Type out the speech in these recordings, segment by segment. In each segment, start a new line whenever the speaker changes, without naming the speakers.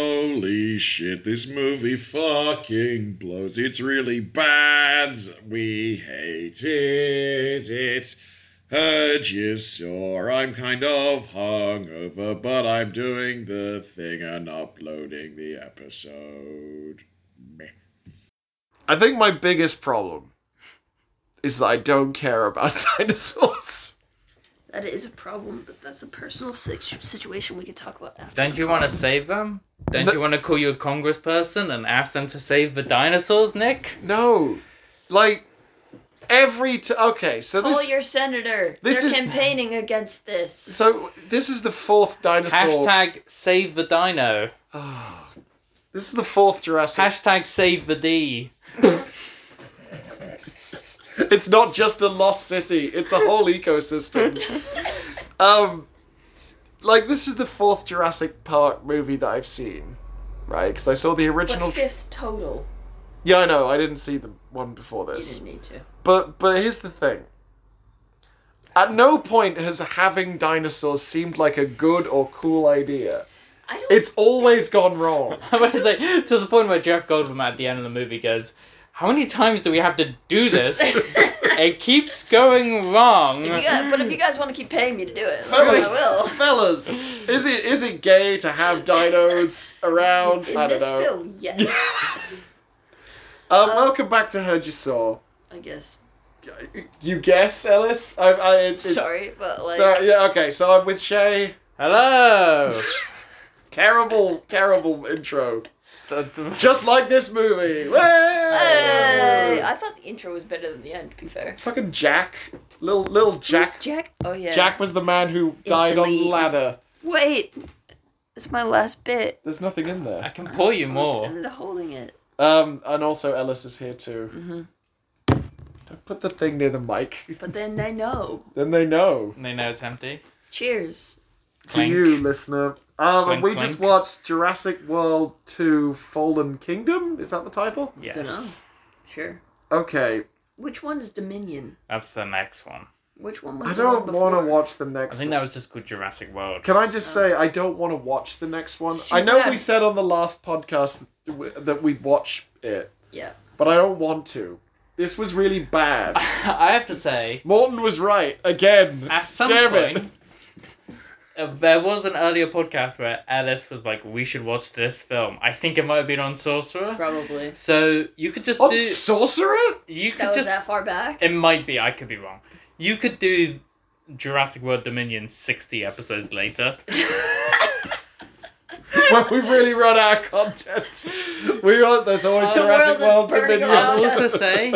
Holy shit, this movie fucking blows. It's really bad. We hate it. It's just sore. I'm kind of hungover, but I'm doing the thing and uploading the episode. Meh.
I think my biggest problem is that I don't care about dinosaurs.
That is a problem, but that's a personal situ- situation we can talk about after.
Don't you want to save them? Don't
No.
you want to call your congressperson and ask them to save the dinosaurs, Nick?
No, like every t- okay. So
Call
this
Oh, your senator.
this
They're
is-
campaigning against this.
so this is the fourth dinosaur.
Hashtag save the dino.
Ah, this is the fourth Jurassic.
Hashtag save the D.
it's not just a lost city; it's a whole ecosystem. um, like this is the fourth Jurassic Park movie that I've seen, right? Because I saw the original.
But fifth total.
yeah, I know. I didn't see the one before
You
this.
didn't need to.
But but here's the thing. At no point has having dinosaurs seemed like a good or cool idea.
I don't.
It's always gone wrong.
I want to say to the point where Jeff Goldblum at the end of the movie goes, "How many times do we have to do this? it keeps going wrong."
If you guys- but if you guys want to keep paying me to do it, I
Fellas,
will.
fellas, is it is it gay to have dinos around?
In
I don't
this
know.
film, yes,
Um, welcome back to Heard You Saw.
I guess.
You guess, Ellis? I, I, it's,
Sorry, but like,
So, yeah, okay, so I'm with Shay.
Hello.
Terrible, terrible intro.
The- the-
Just like this movie. Way!
hey, I thought the intro was better than the end. To be fair,
Fucking Jack. Little, little Jack.
Who's Jack. Oh yeah,
Jack was the man who died on
Instantly.
ladder.
Wait, it's my last bit.
There's nothing in
I
there.
can pour you more.
I'm holding it.
Um, and also Ellis is here too.
hmm
Don't put the thing near the mic.
But then they know.
then they know.
They know it's empty.
Cheers.
To you, listener. Um,
Clink,
we just
clink.
watched Jurassic World 2 Fallen Kingdom. Is that the title?
Yes.
Dunno. Sure.
Okay.
Which one's Dominion?
That's the next one.
Which one
I
was?
don't
want to
watch the
I
next
think
one.
that was just called Jurassic World.
Can I just
Oh.
say, I don't want to watch the next one.
Too
I know
bad.
we said on the last podcast that we- that we'd watch it,
Yeah.
but I don't want to. This was really bad.
I have to say,
Morton was right again.
at some
Damn it.
point, uh, there was an earlier podcast where Alice was like, "We should watch this film." I think it might have been on Sorcerer.
Probably.
So you could just
On
do.
Sorcerer?
You
That
could
was
just.
that far back.
It might be. I could be wrong. You could do Jurassic World Dominion sixty episodes later.
Where we've really run out of content. We are, there's always
The
Jurassic
world is
World
burning
Dominion.
I'll
around us.
also say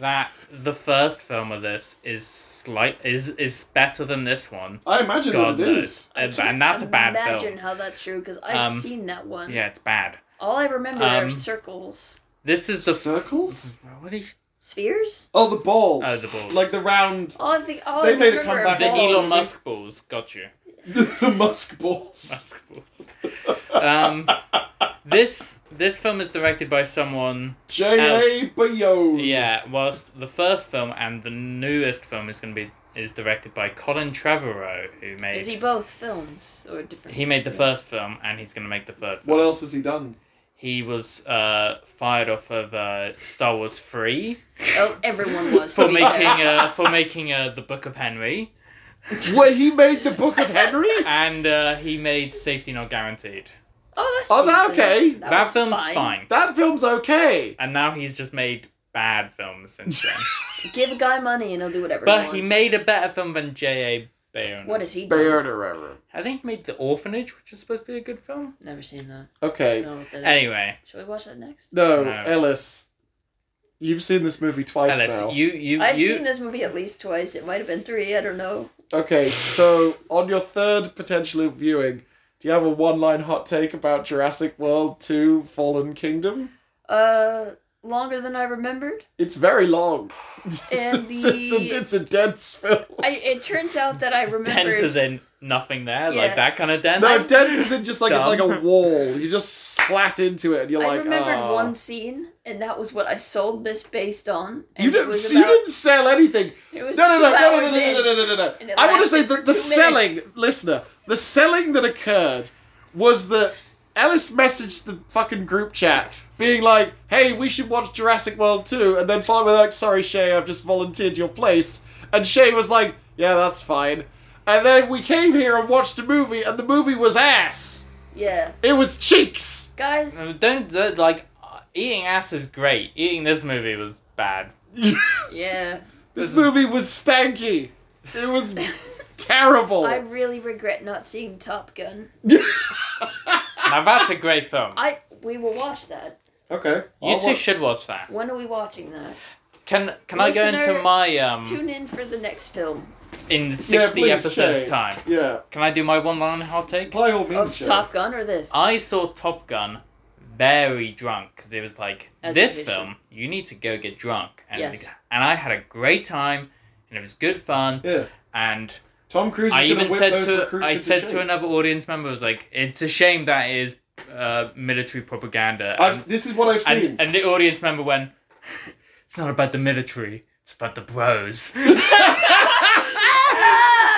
that the first film of this is slight is is better than this one.
I imagine
God
that it
knows,
is.
I
and,
can't
and that's a bad
Imagine
film.
how that's true because I've
Um,
seen that one.
Yeah, it's bad.
All I remember are
Um,
circles,
This is the.
Circles?
what do you
spheres.
Oh, the balls.
Oh, the balls.
Like the round,
All I think. All
They
I
made it come
remember are
back
The
balls.
Elon Musk balls got you.
the musk balls.
Musk balls. Um, this this film is directed by someone.
J.A. Bayonne.
Yeah, whilst the first film and the newest film is going to be is directed by Colin Trevorrow, who made
Is he both films or different?
he made the first film and he's going to make the third. Film.
What else has he done?
He was uh, fired off of uh, Star Wars Three
Oh, everyone was. to
for
be
making
fair.
uh, for making uh, the Book of Henry,
Wait, he made the Book of Henry?
and uh, he made Safety Not Guaranteed.
Oh, that's.
Oh, that
decent.
okay.
That,
was
film's fine.
That film's okay.
and now he's just made bad films since then.
Give a guy money and he'll do whatever.
but he
wants.
made a better film than J.A. Bayona.
What is he? Doing?
Bayonne Herrera.
I think he made The Orphanage, which is supposed to be a good film.
Never seen that.
Okay.
Don't know what that is.
Anyway,
Should we watch that next?
No,
No.
Ellis. You've seen this movie twice
Alice,
now.
you you
I've
you
seen this movie at least twice. It might have been three. I don't know.
Okay, so on your third potential viewing, do you have a one line hot take about Jurassic World 2 Fallen Kingdom?
Uh, longer than I remembered.
It's very long.
And
it's, it's a,
the-
it's a dense film.
I. It turns out that I
dense
remembered.
as in nothing there,
Yeah.
like that kind of dense.
No, dense isn't just like it's
Dumb.
like a wall. You just splat into it and you're
I
like,
remembered
"Ah."
one scene, and that was what I sold this based on. And
You
it
didn't,
was
you
about,
didn't sell anything.
It was
No, no,
two
no, no, no,
hours
no, no,
in.
no, no, no, no, no,
and it
I want to say
lasted
that
for
the
two
selling,
minutes.
listener, the selling that occurred was that Ellis messaged the fucking group chat, being like, "Hey, we should watch Jurassic World 2," and then finally like, "Sorry, Shay, I've just volunteered your place," and Shay was like, "Yeah, that's fine." And then we came here and watched a movie, and the movie was ass.
Yeah.
It was cheeks.
Guys,
No, Don't, don't- like uh, eating ass is great. Eating this movie was bad.
yeah.
this movie was stanky. It was terrible.
I really regret not seeing Top Gun.
Now that's a great film.
I we will watch that.
okay.
You two should watch that.
When are we watching that?
Can can I go
Listener,
into my um
Mm.
Tune in for the next film
in sixty
Yeah, please,
episodes
Shay.
time?
Yeah.
Can I do my one line hot take?
By all means,
of
Shay.
Top Gun or this.
I saw Top Gun very drunk because it was like
As
this
you should.
film you need to go get drunk and
Yes.
and I had a great time and it was good fun
Yeah.
and
Tom Cruise is
I
gonna
even
whip
said
those
to
recruits
I
into
said
shape.
to another audience member I was like it's a shame that is uh, military propaganda and,
I've, this is what I've seen.
um, and, and the audience member went it's not about the military it's about the bros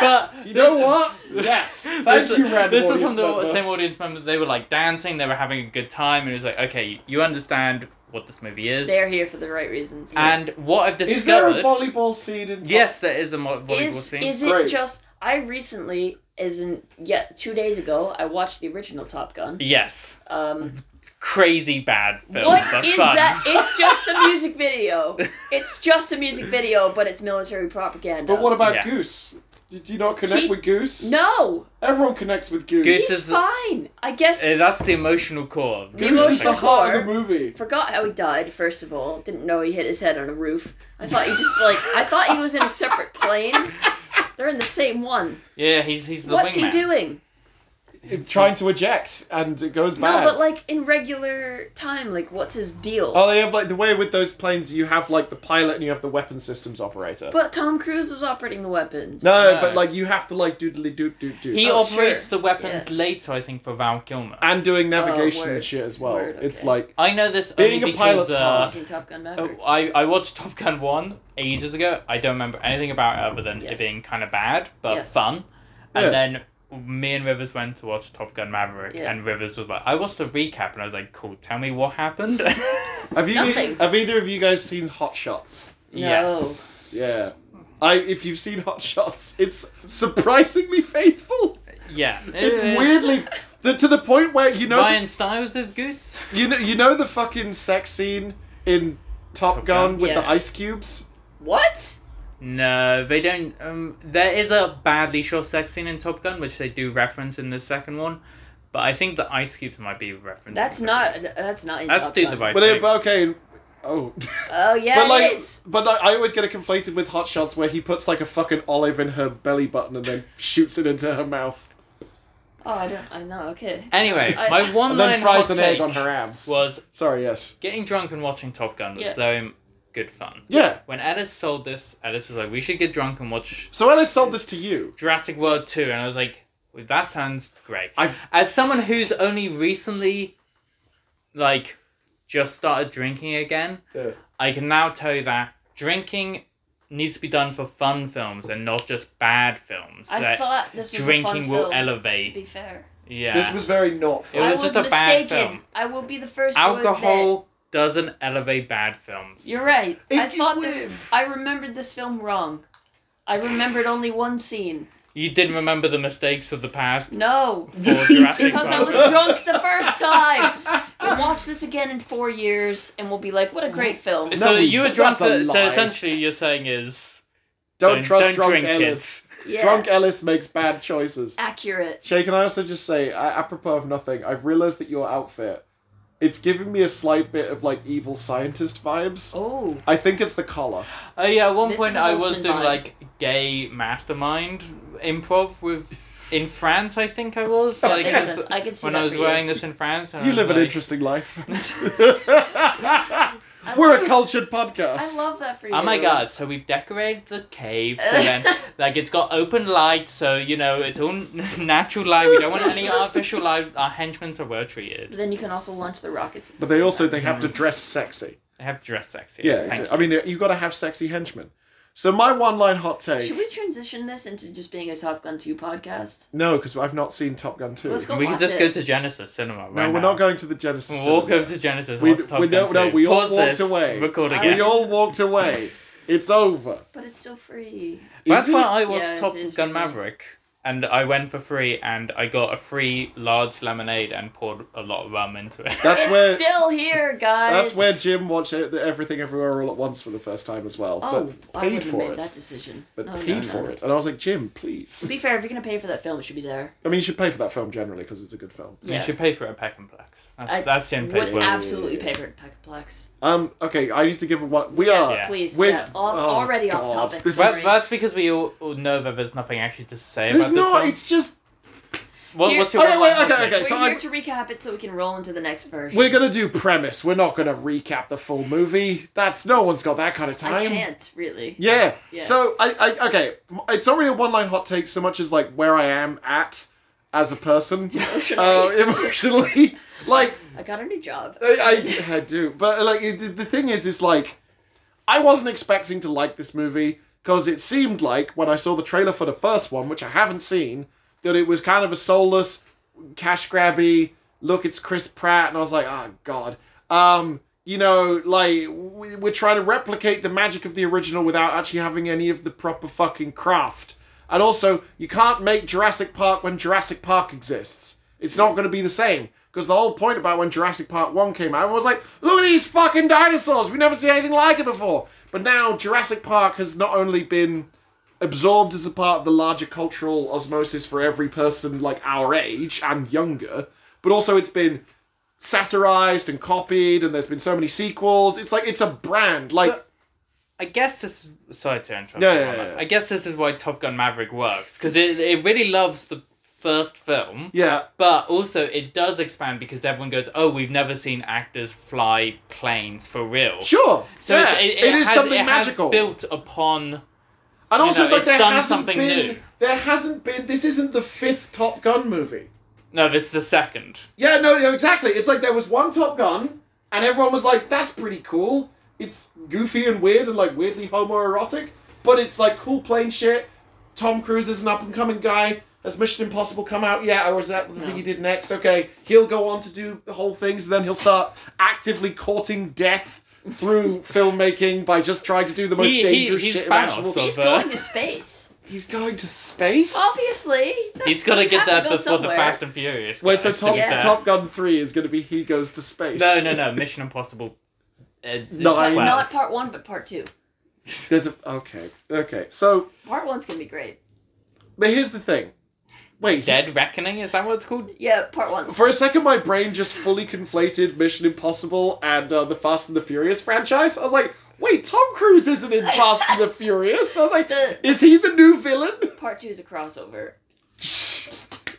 but
You know what? Yes. Thank
this,
you, Random.
This was from the same audience member. They were like dancing. They were having a good time, and it was like, okay, you understand what this movie is,
They're here for the right reasons.
and what I've discovered.
Is there a volleyball scene in? Top-
yes, there is a mo- volleyball
is
scene.
is it
Great.
just I recently isn't yeah, two days ago I watched the original Top Gun.
yes,
Um
crazy bad film,
What
but
is
fun.
that? It's just a music video. It's just a music video, but it's military propaganda.
But what about
Yeah.
Goose? Did you not connect
He-
with Goose?
No,
Everyone connects with Goose.
Goose-
he's
is the-
fine. I guess
Uh, that's the emotional core. Of the
Goose is the
film.
emotional-
heart of the movie.
forgot how he died. First of all, didn't know he hit his head on a roof. I thought he just like I thought he was in a separate plane. They're in the same one.
yeah, he's he's the
What's
wingman.
he doing?
It's trying to eject, and it goes bad.
No, but like in regular time, like what's his deal?
Oh, they have like the way with those planes. You have like the pilot, and you have the weapon systems operator.
But Tom Cruise was operating the weapons.
no,
No.
but like you have to like doodly doot doot doot.
He
Oh,
operates
sure.
the weapons later, I think, for Val Kilmer.
and doing navigation
word.
and shit as well.
Word,
It's
okay.
like
I know this
Being
only
a pilot's
because
Have
uh,
hard.
you seen Top Gun
Oh,
Maverick?
I, I watched Top Gun 1 ages ago. I don't remember anything about it other than it
Yes.
being kind of bad, but
Yes.
fun. And
Yeah.
then me and Rivers went to watch Top Gun Maverick,
Yeah.
and Rivers was like, I watched the recap, and I was like, cool, tell me what happened.
have you e-,
Nothing.
have either of you guys seen Hot Shots?
Yes.
Yeah. I if you've seen Hot Shots, it's surprisingly faithful.
Yeah.
It's
It is.
weirdly the, to the point where you know
Ryan Stiles is Goose?
you know you know the fucking sex scene in Top,
Top
Gun,
Gun?
with
Yes.
the ice cubes.
What?
No, they don't. Um, there is a badly shot sex scene in Top Gun, which they do reference in the second one, but I think the Ice Cubes might be referenced.
That's not. That's not in
Let's
Top
do
Gun.
the right
But it,
thing.
but okay. Oh,
Oh yeah,
but like,
it is.
but I, I always get it conflated with Hot Shots, where he puts like a fucking olive in her belly button and then shoots it into her mouth,
Oh, I don't. I know. Okay.
Anyway,
I-
my one
and then
line
fries
hot
an egg
take
on her abs.
was
Sorry, yes,
Getting drunk and watching Top Gun was
Yeah.
very good fun.
yeah.
When Ellis sold this, Ellis was like, "We should get drunk and watch
So Ellis sold this to you.
Jurassic World 2. and I was like, well, "That sounds great."
I've-
As someone who's only recently, like, just started drinking again,
Yeah.
I can now tell you that drinking needs to be done for fun films and not just bad films.
I
that
thought this was a fun
drinking will
film, To
elevate.
be fair,
yeah,
This was very not.
It
fun.
I
was just a bad
mistaken.
film.
I will be the first to admit.
alcohol doesn't elevate bad films.
You're right.
It-
I
it
thought this.
will.
I remembered this film wrong. I remembered only one scene.
You didn't remember the mistakes of the past.
No,
For Jurassic
because I was drunk the first time. We'll watch this again in four years, and we'll be like, "What a great film!"
No,
So you were
that's
drunk.
a
To, so
lie.
essentially, you're saying is
Don't,
Don't-
trust
don't
drunk
drink it.
Ellis.
Yeah. Uh,
Drunk Ellis makes bad choices.
Accurate.
Shay, can I also just say, I, apropos of nothing, I've realised that your outfit, it's giving me a slight bit of like evil scientist vibes.
Oh.
I think it's the collar.
oh yeah. At one
This
point,
is an
I was
Ultraman
doing
vibe.
like gay mastermind improv with in France. I think I was like
that makes
this-
sense. I can see
when
that
I was
for you.
wearing this in France. and I
You
was
live an
like,
interesting life.
I
We're
love-
a cultured podcast.
I love that for you.
Oh my god! So we've decorated the cave, so then like it's got open light, so you know it's all n- natural light. We don't want any artificial light. Our henchmen are well treated.
Then you can also launch the rockets. at
But
the
they
same
also
time.
they have to dress sexy.
They have dress sexy.
Yeah,
Thank
I mean you got to have sexy henchmen. So my one line hot take.
Should we transition this into just being a Top Gun 2 podcast?
No, because I've not seen Top Gun 2.
Let's go
we can
watch
just
it.
go to Genesis Cinema right
no, we're
now.
not going to the Genesis.
We'll Walk
cinema.
over to Genesis.
We-
watch Top
we don't-
Gun
no,
2.
we all
Pause
walked
this,
away.
Record
We
again.
We all walked away. It's over.
But it's still free.
That's
Is
why
it?
I watched
Yes,
Top
it is
Gun
free.
Maverick, and I went for free, and I got a free large lemonade and poured a lot of rum into it.
That's
it's
where.
still here, guys.
That's where Jim watched it- Everything Everywhere All at Once for the first time as well,
Oh,
but
I would
paid
have
for
made
it.
that decision. Oh,
but
No, no,
paid
no,
for
no.
it, and I was like, Jim,
To
please.
be fair, if you're gonna pay for that film, it should be there.
I mean, you should pay for that film generally because it's a good film.
Yeah.
You should pay for it at Peck and Plex. That's,
I
that's the only place
Would
well.
where
absolutely pay for it, Plex.
Um. Okay, I need to give a one. We
Yes,
are.
Yeah.
please.
We're-
yeah, off,
oh,
already
God,
off topic.
this is-
Well,
sorry.
that's because we all, all know that there's nothing actually to say
There's
about this
not.
film.
It's just
What-
Here-
what's your
Okay,
one
wait,
line
okay,
hot
okay.
take?
We're
so
here
I'm-
to recap it so we can roll into the next version.
we're gonna do premise. We're not gonna recap the full movie. That's no one's got that kind of time.
I can't really.
Yeah.
Yeah.
So I, I okay. m- It's not really a one line hot take so much as like where I am at as a person.
Emotionally.
Uh, emotionally, like
I got a new job.
I, I, I do, but like it, the thing is, is like I wasn't expecting to like this movie because it seemed like when I saw the trailer for the first one, which I haven't seen, that it was kind of a soulless, cash grabby look. It's Chris Pratt, and I was like, oh god, um, you know, like we- we're trying to replicate the magic of the original without actually having any of the proper fucking craft. And also, you can't make Jurassic Park when Jurassic Park exists. It's not going to be the same. Because the whole point about when Jurassic Park 1 came out, everyone was like, look at these fucking dinosaurs. We've never seen anything like it before. But now Jurassic Park has not only been absorbed as a part of the larger cultural osmosis for every person like our age and younger, but also it's been satirized and copied and there's been so many sequels. It's like it's a brand. Like
So- I guess this. Sorry to interrupt.
Yeah,
you,
yeah,
Mohammed.
yeah, yeah.
I guess this is why Top Gun Maverick works because it it really loves the first film.
yeah,
But also, it does expand because everyone goes, "Oh, we've never seen actors fly planes for real."
sure.
So
yeah,
it,
it is
has,
something
it has
magical.
built upon.
And
You
also,
know,
like,
it's
there
done
hasn't
something
been.
new.
There hasn't been. This isn't the fifth Top Gun movie.
No, this is the second.
Yeah, no, no, exactly. It's like there was one Top Gun, and everyone was like, "That's pretty cool. It's goofy and weird and like weirdly homoerotic, but it's like cool plane shit." Tom Cruise is an up and coming guy. Has Mission Impossible come out yet, or is that the thing
No.
he did next? Okay, he'll go on to do whole things, and then he'll start actively courting death through filmmaking by just trying to do the most
He- he-
dangerous
he's
shit
Thanos,
imaginable.
so-
He's
But-
going to space.
He's going to space.
Obviously. That's-
He's got to
you
get
have
there
go
before
somewhere.
the Fast and Furious.
Wait, so
guys, to
Top,
be
Yeah.
fair.
Top Gun 3 is going to be he goes to space.
No, no, no. Mission Impossible. Uh,
No, I-
But
12.
Not part one, but part two.
There's a, okay, okay. So,
Part one's gonna be great.
but here's the thing. Wait, he-
Dead Reckoning. Is that what it's called?
Yeah, part one.
for a second my brain just fully conflated Mission Impossible and uh, the Fast and the Furious franchise. I was like, wait, Tom Cruise isn't in Fast and the Furious. I was like,
The
is he the new villain?
part two is a crossover.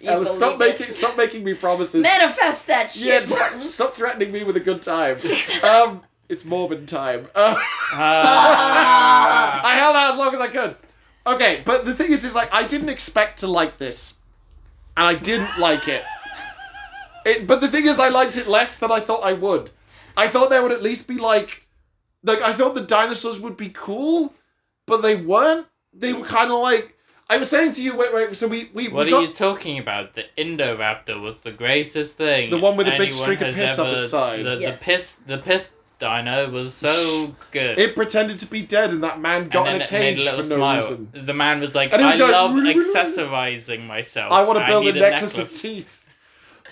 You
Ella, stop
believe it.
making stop making me promises.
Manifest that
yeah,
shit, Martin.
stop threatening me with a good time. Um, it's Mormon time. Uh,
Ah.
I held out as long as I could. Okay, but the thing is, is like I didn't expect to like this, and I didn't like it. It, but the thing is, I liked it less than I thought I would. I thought there would at least be like, like I thought the dinosaurs would be cool, but they weren't. They were kind of like I was saying to you. Wait, wait. So we we,
What
we
are
got
you talking about? The Indoraptor was the greatest thing.
The one with the big
anyone
streak of
has
piss up
ever-
its side.
The,
Yes.
the piss, the piss dino was so good.
it pretended to be dead, and that man got
and
in
then
a
it made
cage for
a
no
little smile.
reason.
The man was like,
And he was
"I
going,
love
"Woo, woo, woo, woo."
accessorizing myself.
I want to build
need
a necklace, of teeth.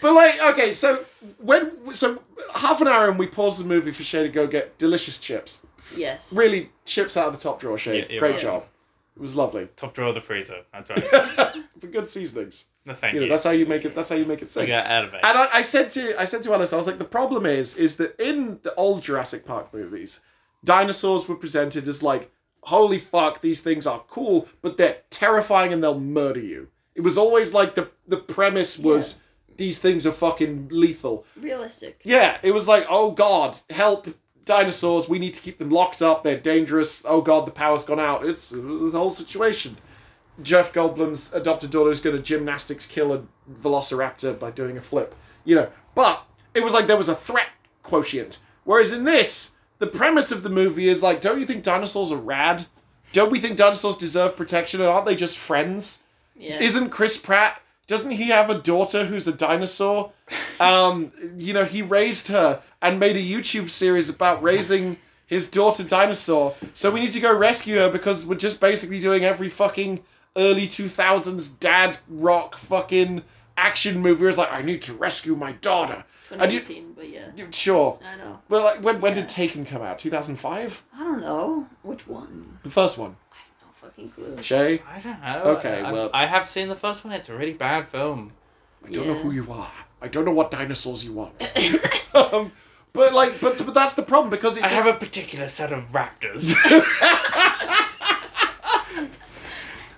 But like, okay, so when so half an hour and we pause the movie for Shay to go get delicious chips.
Yes.
Really, chips out of the top drawer, Shay.
Yeah, yeah,
Great
yes.
job. It was lovely.
Top drawer of the freezer. That's right.
For good seasonings,
No, thank
you
you.
know that's how you make it. That's how you make it
I
sing.
got out of it.
And I, I said to I said to Alice, I was like, the problem is, is that in the old Jurassic Park movies, dinosaurs were presented as like, holy fuck, these things are cool, but they're terrifying and they'll murder you. It was always like the the premise was these things are fucking lethal.
Realistic.
Yeah, it was like, oh god, help dinosaurs, we need to keep them locked up, they're dangerous, oh god, the power's gone out. It's the whole situation. Jeff Goldblum's adopted daughter is going to gymnastics kill a velociraptor by doing a flip. You know, but it was like there was a threat quotient. Whereas in this, the premise of the movie is like, don't you think dinosaurs are rad? Don't we think dinosaurs deserve protection and aren't they just friends?
Yeah.
Isn't Chris Pratt doesn't he have a daughter who's a dinosaur? Um, you know, he raised her and made a YouTube series about raising his daughter dinosaur. So we need to go rescue her because we're just basically doing every fucking early 2000s dad rock fucking action movie. It's like I need to rescue my daughter. And you-
2018, but yeah.
You- Sure.
I know.
Well, like, when when
Yeah.
did Taken come out? 2005?
I don't know. Which one?
The first one.
I have no fucking clue.
Shay,
I don't know.
Okay,
I,
well-
I have seen the first one. It's a really bad film.
I don't know
Yeah.
who you are. I don't know what dinosaurs you want. um, but like, but but that's the problem because it
I
just.
have a particular set of raptors.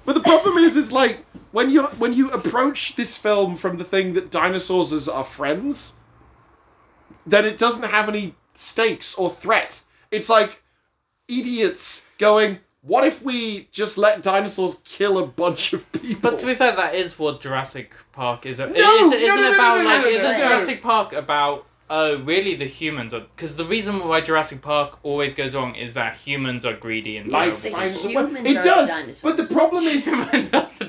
But the problem is, is like when you when you approach this film from the thing that dinosaurs is are friends, then it doesn't have any stakes or threat. It's like idiots going, "What if we just let dinosaurs kill a bunch of people?"
But to be fair, that is what Jurassic Park is. No, isn't
no,
isn't
no, no,
it
no,
about
no, no,
like
no,
no.
isn't Jurassic Park about oh really the humans are because the reason why Jurassic Park always goes wrong is that humans are greedy and
Life
Because the
finds a way.
humans
It
are
does,
dinosaurs.
but the problem is,
humans are the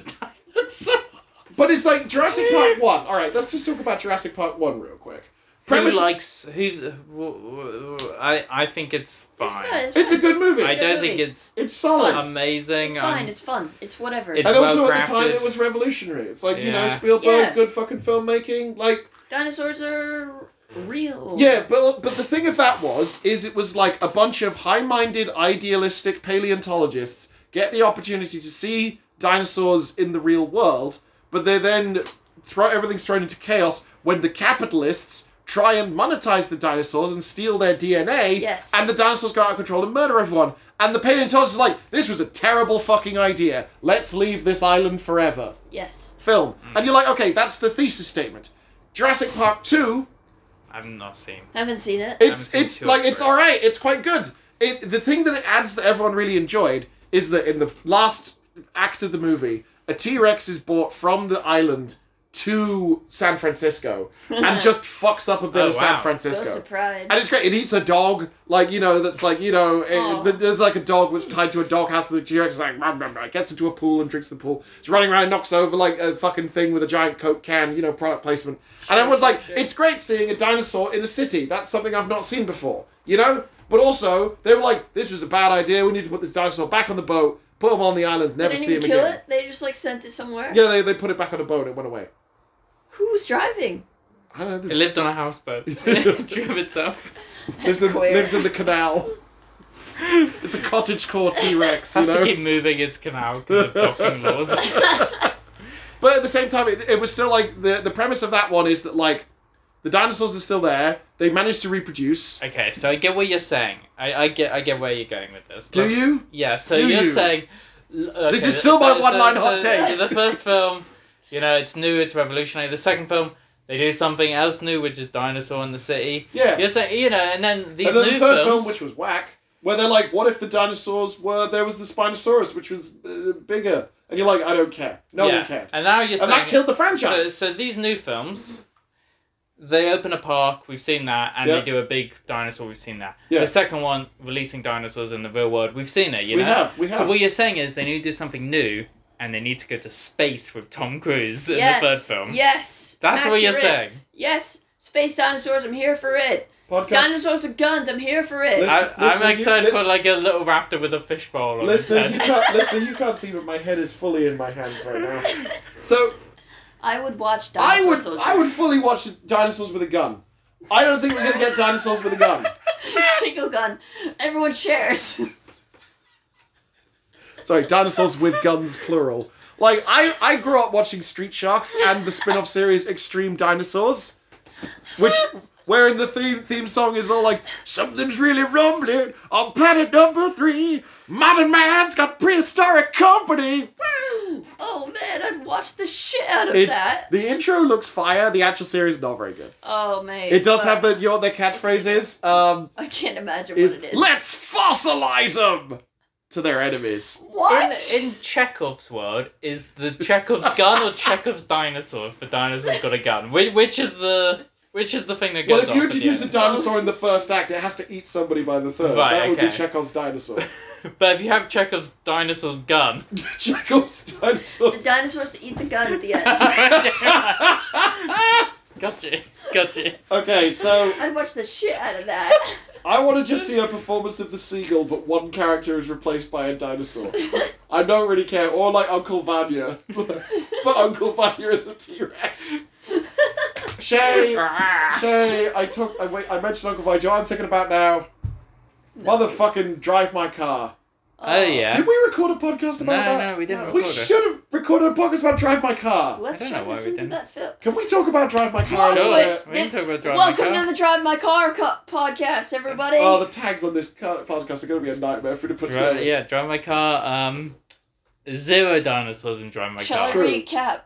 dinosaurs.
but it's like Jurassic Park One. All right, let's just talk about Jurassic Park One real quick. Premise-
Who likes who? wh- wh- wh- I I think it's fine.
It's, good, it's,
it's a
fine.
good movie.
I
good
don't think
movie.
it's
it's solid.
amazing.
It's fine.
um,
It's fun. It's whatever.
It's-
and also at the
well-crafted.
time, it was revolutionary. It's like you know
Yeah.
Spielberg,
Yeah.
good fucking filmmaking. Like
Dinosaurs are real.
yeah, but but the thing of that was is it was like a bunch of high-minded, idealistic paleontologists get the opportunity to see dinosaurs in the real world, but they then throw everything's thrown into chaos when the capitalists try and monetize the dinosaurs and steal their DNA.
Yes.
And the dinosaurs go out of control and murder everyone. And the paleontologists are like, this was a terrible fucking idea. Let's leave this island forever
Yes.
film. And you're like, okay, that's the thesis statement. Jurassic Park 2,
I've not seen.
Haven't seen it.
it's
seen
it's
two
like
or
it's
three.
all right, it's quite good. It the thing that it adds that everyone really enjoyed is that in the last act of the movie, a T-Rex is bought from the island to San Francisco and just fucks up a bit
Oh,
of San
wow.
Francisco.
Ghost of Pride.
And it's great. It eats a dog, like you know, that's like you know, it-
Aw.
th- there's like a dog that's tied to a doghouse. and The T-Rex is like, "Nom, nom, nom," gets into a pool and drinks the pool. It's running around, knocks over like a fucking thing with a giant Coke can, you know, product placement. and everyone's
sure,
like,
sure.
it's great seeing a dinosaur in a city. That's something I've not seen before, you know. But also, they were like, this was a bad idea. We need to put this dinosaur back on the boat, put him on the island,
they
never
didn't
see him
even kill
again.
it. They just like sent it somewhere.
Yeah, they, they put it back on a boat and it went away.
Who was driving?
I don't know.
It lived on a houseboat. it drove itself.
lives, in,
queer.
lives in the canal. It's a cottage core T Rex, you
Has to
know?
keep moving its canal because of docking laws.
But at the same time, it, it was still like the, the premise of that one is that, like, the dinosaurs are still there, they managed to reproduce.
Okay, so I get what you're saying. I, I get I get where you're going with this.
Do
Like,
you?
Yeah. So
Do
you're
you?
saying l- okay,
This is still my one-line hot take.
The first film, you know, it's new, it's revolutionary. The second film, they do something else new, which is dinosaur in the city.
Yeah.
You're saying, you know, and then these
and then
new
the third
films.
film, which was whack, where they're like, what if the dinosaurs were, there was the Spinosaurus, which was uh, bigger? And you're like, I don't care. No
yeah.
one cared.
And now you're
And that
saying
killed the
so,
franchise.
so these new films, they open a park. We've seen that, and
Yeah.
they do a big dinosaur. We've seen that.
Yeah.
The second one, releasing dinosaurs in the real world. We've seen it. You
we
know.
have, we have.
So what you're saying is they need to do something new, and they need to go to space with Tom Cruise in
yes.
the third film.
Yes.
That's what you're
Accurate.
saying.
Yes. Space dinosaurs. I'm here for it.
Podcast.
Dinosaurs with guns. I'm here for it.
Listen-
I,
listen,
I'm
you-
excited
li-
for like a little raptor with a fishbowl on his
Listener, you
head.
can't, listener, you can't see, but my head is fully in my hands right now. So
I would watch
I would,
dinosaurs.
I would fully watch dinosaurs with a gun. I don't think we're gonna get dinosaurs with a gun.
Single gun. Everyone shares.
Sorry, dinosaurs with guns, plural. Like I, I grew up watching Street Sharks and the spin-off series Extreme Dinosaurs, which wherein the theme theme song is all like something's really rumbling on planet number three. Modern man's got prehistoric company. Woo!
Oh man, I'd watch the shit out of
It's,
that.
the intro looks fire. The actual series is not very good.
Oh man.
It does
but
have the you know what their catchphrase is? Um,
I can't imagine
is
what it is.
let's fossilize them to their enemies.
What?
In, in Chekhov's world, is the Chekhov's gun or Chekhov's dinosaur if the dinosaur's got a gun? Which, which is the Which is the thing that goes
Well, if you
off at the
introduce a
end.
dinosaur in the first act, it has to eat somebody by the third.
Right,
that would be
okay.
Chekhov's dinosaur.
But if you have Chekhov's dinosaur's gun.
Chekhov's dinosaur.
The dinosaurs eat the gun at the end.
gotcha. Gotcha.
okay, so
I'd watch the shit out of that.
I want to just see a performance of the seagull, but one character is replaced by a dinosaur. I don't really care. Or like Uncle Vanya,
Oh.
but Uncle Vanya is a T Rex. Shay, Shay, I took. I, wait, I mentioned Uncle Vanya. You know what I'm thinking about now. Motherfucking drive my car.
Oh yeah.
Did we record a podcast
no,
about that?
no, we didn't
No.
we
record it.
should have recorded a podcast about drive my car.
Let's
I don't know
try and
why we
listen to
didn't.
that film.
Can we talk about drive my car? in
Plot
a
Sure.
minute?
twist.
We didn't talk about driving
Welcome
a car.
to the Drive My Car co- podcast, everybody.
Oh, the tags on this car- podcast are going to be a nightmare for me to put
Drive,
together.
yeah, drive my car. Um, zero dinosaurs in drive my
Shall I
car.
True.
recap?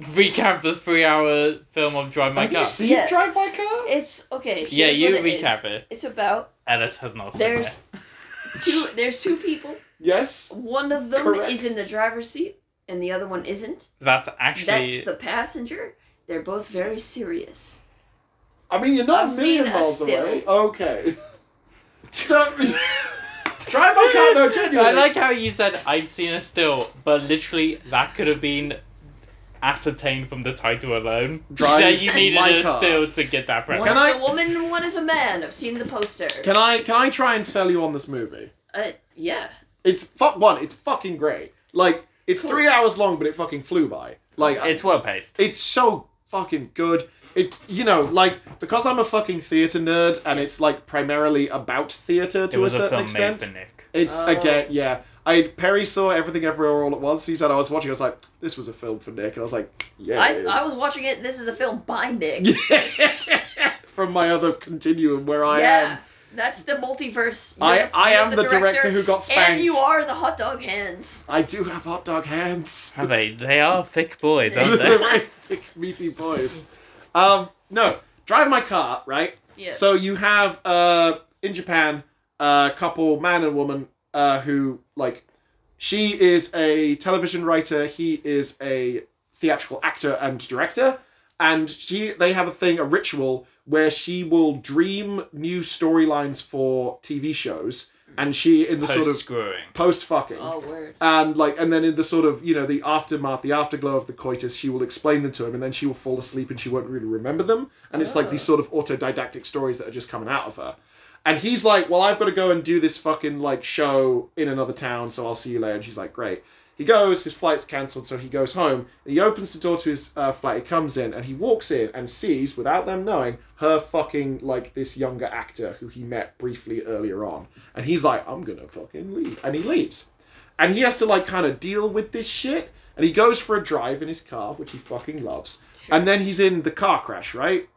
Recap the three-hour film of drive my
Have
car.
you seen
Yeah.
Drive My Car?
It's okay.
yeah,
here's
you
what it is.
recap it.
It's about
Alice has not seen
There's-
it.
two. There's two people.
Yes.
One of them
Correct.
is in the driver's seat, and the other one isn't.
That's actually
That's the passenger. They're both very serious.
I mean, you're not
I've
a million
seen a
miles
still.
away. Okay. So, Drive My Car, Oh, no, genuinely.
I like how you said I've seen a still, but literally that could have been ascertained from the title alone.
Drive
that you needed
my
a
car.
still to get that
One
reference.
Can
is
I-
a woman, and one is a man. I've seen the poster.
Can I can I try and sell you on this movie?
uh, yeah.
It's fuck one. It's fucking great. Like it's
Cool.
three hours long, but it fucking flew by. Like I-
It's well paced.
it's so fucking good. It you know like because I'm a fucking theater nerd and it's like primarily about theater
It
to a
was a,
certain
film
extent.
made for Nick.
It's
Oh.
again, yeah. I Perry saw everything everywhere all at once. He said I was watching. I was like, this was a film for Nick, and I was like, yeah,
I,
it
I was watching it. This is a film by Nick.
is." from my other continuum where I
yeah.
am.
That's the multiverse. You're
I
the-
I
you're
am the director, who got spanked.
And you are the hot dog hands.
I do have hot dog hands.
Are they? They are thick boys, aren't
They're
they?
very thick, meaty boys. Um, no, drive my car, right?
Yeah.
So you have uh in Japan a couple, man and woman, uh who like she is a television writer, he is a theatrical actor and director, and she they have a thing, a ritual where she will dream new storylines for TV shows, and she in the sort of
screwing.
post fucking
oh, word.
and like and then in the sort of you know the aftermath the afterglow of the coitus she will explain them to him and then she will fall asleep and she won't really remember them and it's like
Oh.
these sort of autodidactic stories that are just coming out of her and he's like well i've got to go and do this fucking like show in another town so i'll see you later and she's like great he goes his flight's cancelled so he goes home and he opens the door to his uh, flat he comes in and he walks in and sees without them knowing her fucking like this younger actor who he met briefly earlier on and he's like i'm gonna fucking leave and he leaves and he has to like kind of deal with this shit and he goes for a drive in his car which he fucking loves
Sure.
and then he's in the car crash right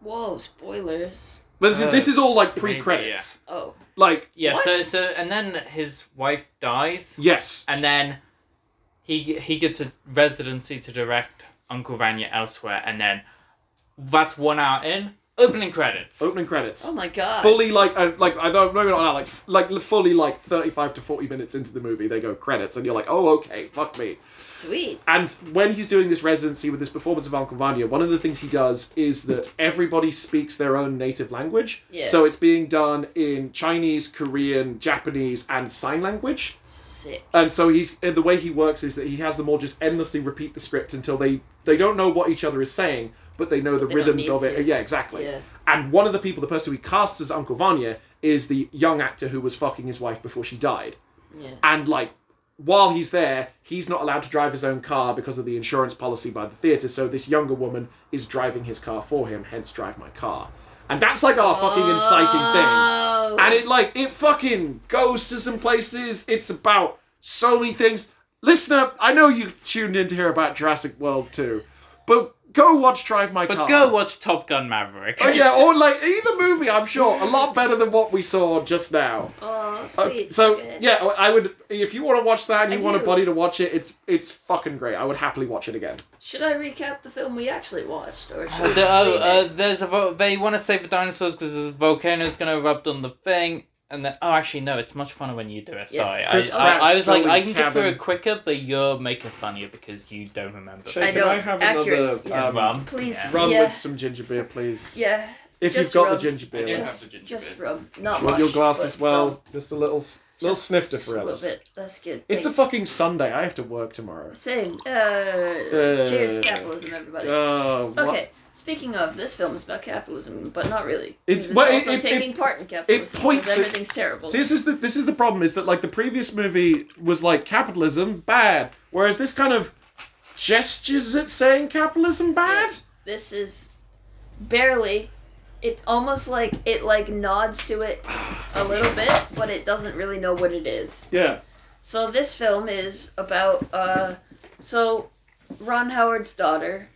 Whoa, spoilers.
but this is
Uh,
this is all like pre-credits
Oh.
like
Yeah. So
What?
so and then his wife dies,
yes
and then he he gets a residency to direct Uncle Vanya elsewhere, and then that's one hour in opening credits.
opening credits
Oh my god.
fully like uh, like I don't maybe not now like f- like fully like 35 to 40 minutes into the movie they go credits and you're like oh okay fuck me
Sweet.
And when he's doing this residency with this performance of Uncle Vanya, one of the things he does is that everybody speaks their own native language.
Yeah.
So it's being done in Chinese, Korean, Japanese, and sign language.
Sick.
And so he's and the way he works is that he has them all just endlessly repeat the script until they they don't know what each other is saying, but they know the
They don't
rhythms
need
of it.
to.
Yeah, exactly.
Yeah.
And one of the people, the person who casts as Uncle Vanya, is the young actor who was fucking his wife before she died
Yeah.
and like while he's there he's not allowed to drive his own car because of the insurance policy by the theater so this younger woman is driving his car for him hence drive my car and that's like our fucking inciting thing
Oh.
and it like it fucking goes to some places it's about so many things listener i know you tuned in to hear about jurassic world too but go watch drive my
But
car
go watch Top Gun Maverick.
Oh, yeah, or like either movie, I'm sure, a lot better than what we saw just now.
Oh,
Okay,
sweet.
so
Good.
yeah, I would if you want to watch that and
I
you want a
do.
buddy to watch it, it's it's fucking great. I would happily watch it again.
Should I recap the film we actually watched, or should
Uh,
we
the-
just
oh,
leave
uh,
it?
there's a vo- they want to save the dinosaurs because the volcano's going to erupt on the thing. And then, oh, actually, no, it's much funner when you do it.
Yeah.
Sorry.
Chris
I, I, I was
Pratt's
like, I
building
can get through
cabin.
it quicker, but you're making funnier because you don't remember.
Shay,
I
can I
don't-
have
accurate,
another
yeah.
um,
Rum.
Please.
Yeah.
run
Yeah.
with some ginger beer, please?
Yeah,
If
Just
you've got
rub.
the ginger beer.
I do
left.
have the ginger
just
beer.
rub. Not
Rub
much.
your glass
but
as well.
some.
Just a little, s- little
Just-
snifter
Just a
for
little
us.
bit. That's good.
It's a
Thanks.
fucking Sunday. I have to work tomorrow.
Same. Uh,
Uh,
cheers, capitalism, everybody.
Oh, what-
okay. Speaking of, this film is about capitalism, but not really. 'cause
It's-
It's,
well, it-
also
it- it-
taking part in capitalism.
points
because
at-
everything's terrible.
See, this is the this is the problem is that like the previous movie was like capitalism bad, whereas this kind of gestures at saying capitalism bad.
this is barely. It almost like it like nods to it a little bit, but it doesn't really know what it is.
Yeah.
So this film is about uh so Ron Howard's daughter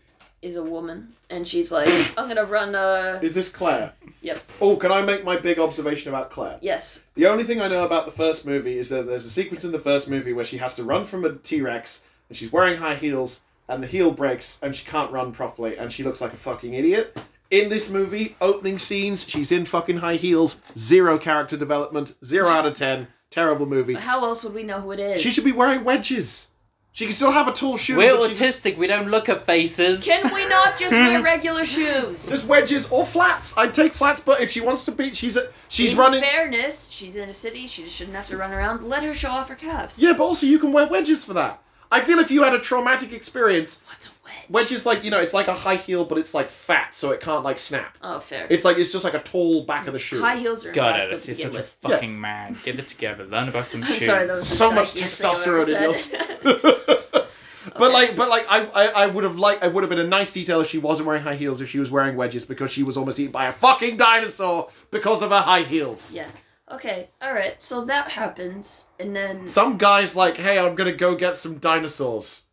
is a woman and she's like I'm going to run uh
Is this Claire?
Yep.
Oh, can I make my big observation about Claire?
yes.
The only thing I know about the first movie is that there's a sequence in the first movie where she has to run from a T Rex and she's wearing high heels and the heel breaks and she can't run properly and she looks like a fucking idiot. In this movie, opening scenes, she's in fucking high heels, zero character development, zero out of ten, terrible movie.
But how else would we know who it is?
She should be wearing wedges. She can still have a tall shoe.
We're
but she just-
autistic, we don't look at faces.
Can we not just wear regular shoes?
Just wedges or flats. I'd take flats, but if she wants to be, she's a, she's
in
running.
fairness, she's in a city, she shouldn't have to run around. Let her show off her calves.
Yeah, but also you can wear wedges for that. I feel if you had a traumatic experience,
What's a wedge?
Wedge is like you know, it's like a high heel, but it's like fat, so it can't like snap.
Oh, fair.
It's like it's just like a tall back of the shoe.
High heels are
God,
impossible
Alex,
to
you're
begin
such a
with.
fucking man. Get it together. Learn about some
I'm
shoes.
sorry, that was the
So much
dykiest thing I've ever
testosterone
said.
but like, but like, I, I, I would have liked, I would have been a nice detail if she wasn't wearing high heels, if she was wearing wedges, because she was almost eaten by a fucking dinosaur because of her high heels.
yeah. Okay. All right. So that happens, and then
Some guys like, hey, I'm gonna go get some dinosaurs.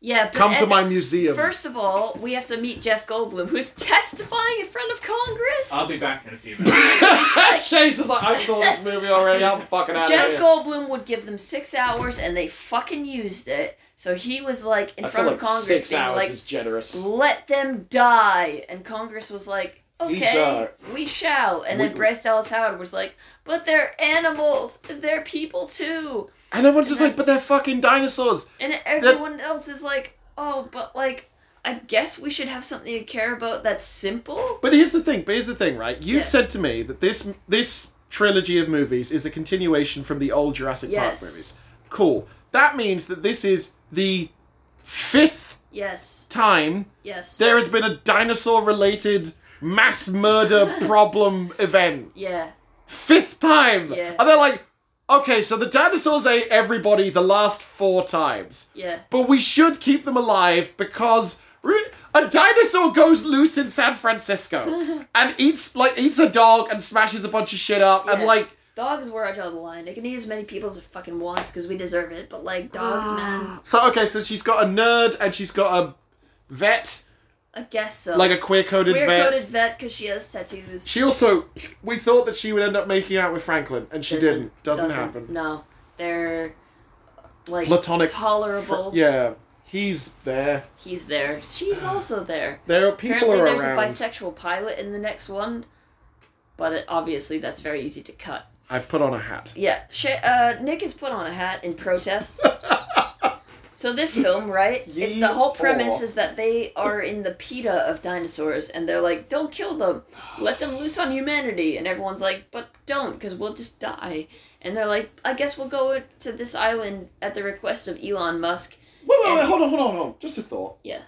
yeah. But
Come
at
to
the-
my museum.
First of all, we have to meet Jeff Goldblum, who's testifying in front of Congress.
I'll be back in a few minutes.
Chase is like, I saw this movie already. I'm fucking out
Jeff
of here.
Goldblum would give them six hours, and they fucking used it. So he was like in
I feel
front
like
of Congress,
six
being
hours
like,
is generous.
"Let them die," and Congress was like,
We
"Okay, we shall." And
We-
then Bryce Dallas Howard was like, "But they're animals. They're people too."
And everyone's just like, but they're fucking dinosaurs.
And everyone else is like, "Oh, but like, I guess we should have something to care about that's simple."
But here's the thing. But here's the thing, right? You
Yeah.
would said to me that this this trilogy of movies is a continuation from the old Jurassic
Yes.
Park movies. Cool. That means that this is the fifth
Yes.
time
Yes.
there has been a dinosaur-related mass murder problem event.
yeah.
Fifth time.
Yeah.
And they're like, okay, so the dinosaurs ate everybody the last four times.
Yeah.
but we should keep them alive because re- a dinosaur goes loose in San Francisco and eats like eats a dog and smashes a bunch of shit up and
Yeah.
like
Dogs were our draw the line. They can eat as many people as it fucking wants because we deserve it. But like dogs, man,
so okay so she's got a nerd and she's got a vet
I guess so.
like a queer coded
weird
vet.
coded vet because she has tattoos.
She also we thought that she would end up making out with Franklin and she
Doesn't-
didn't. Doesn't, happen.
No, they're like
Platonic. fr-
tolerable.
yeah, he's there.
He's there. She's also there.
There are people
Apparently,
are
there's
around.
a bisexual pilot in the next one, but it, obviously that's very easy to cut.
I put on a hat.
Yeah, Sha uh, Nick has put on a hat in protest. so this film, right? It's the whole premise
Yeehaw.
is that they are in the PETA of dinosaurs, and they're like, "Don't kill them, let them loose on humanity." And everyone's like, "But don't, because we'll just die." And they're like, "I guess we'll go to this island at the request of Elon Musk."
Wait, wait, wait,
And-
hold on, hold on, hold on. Just a thought.
Yeah.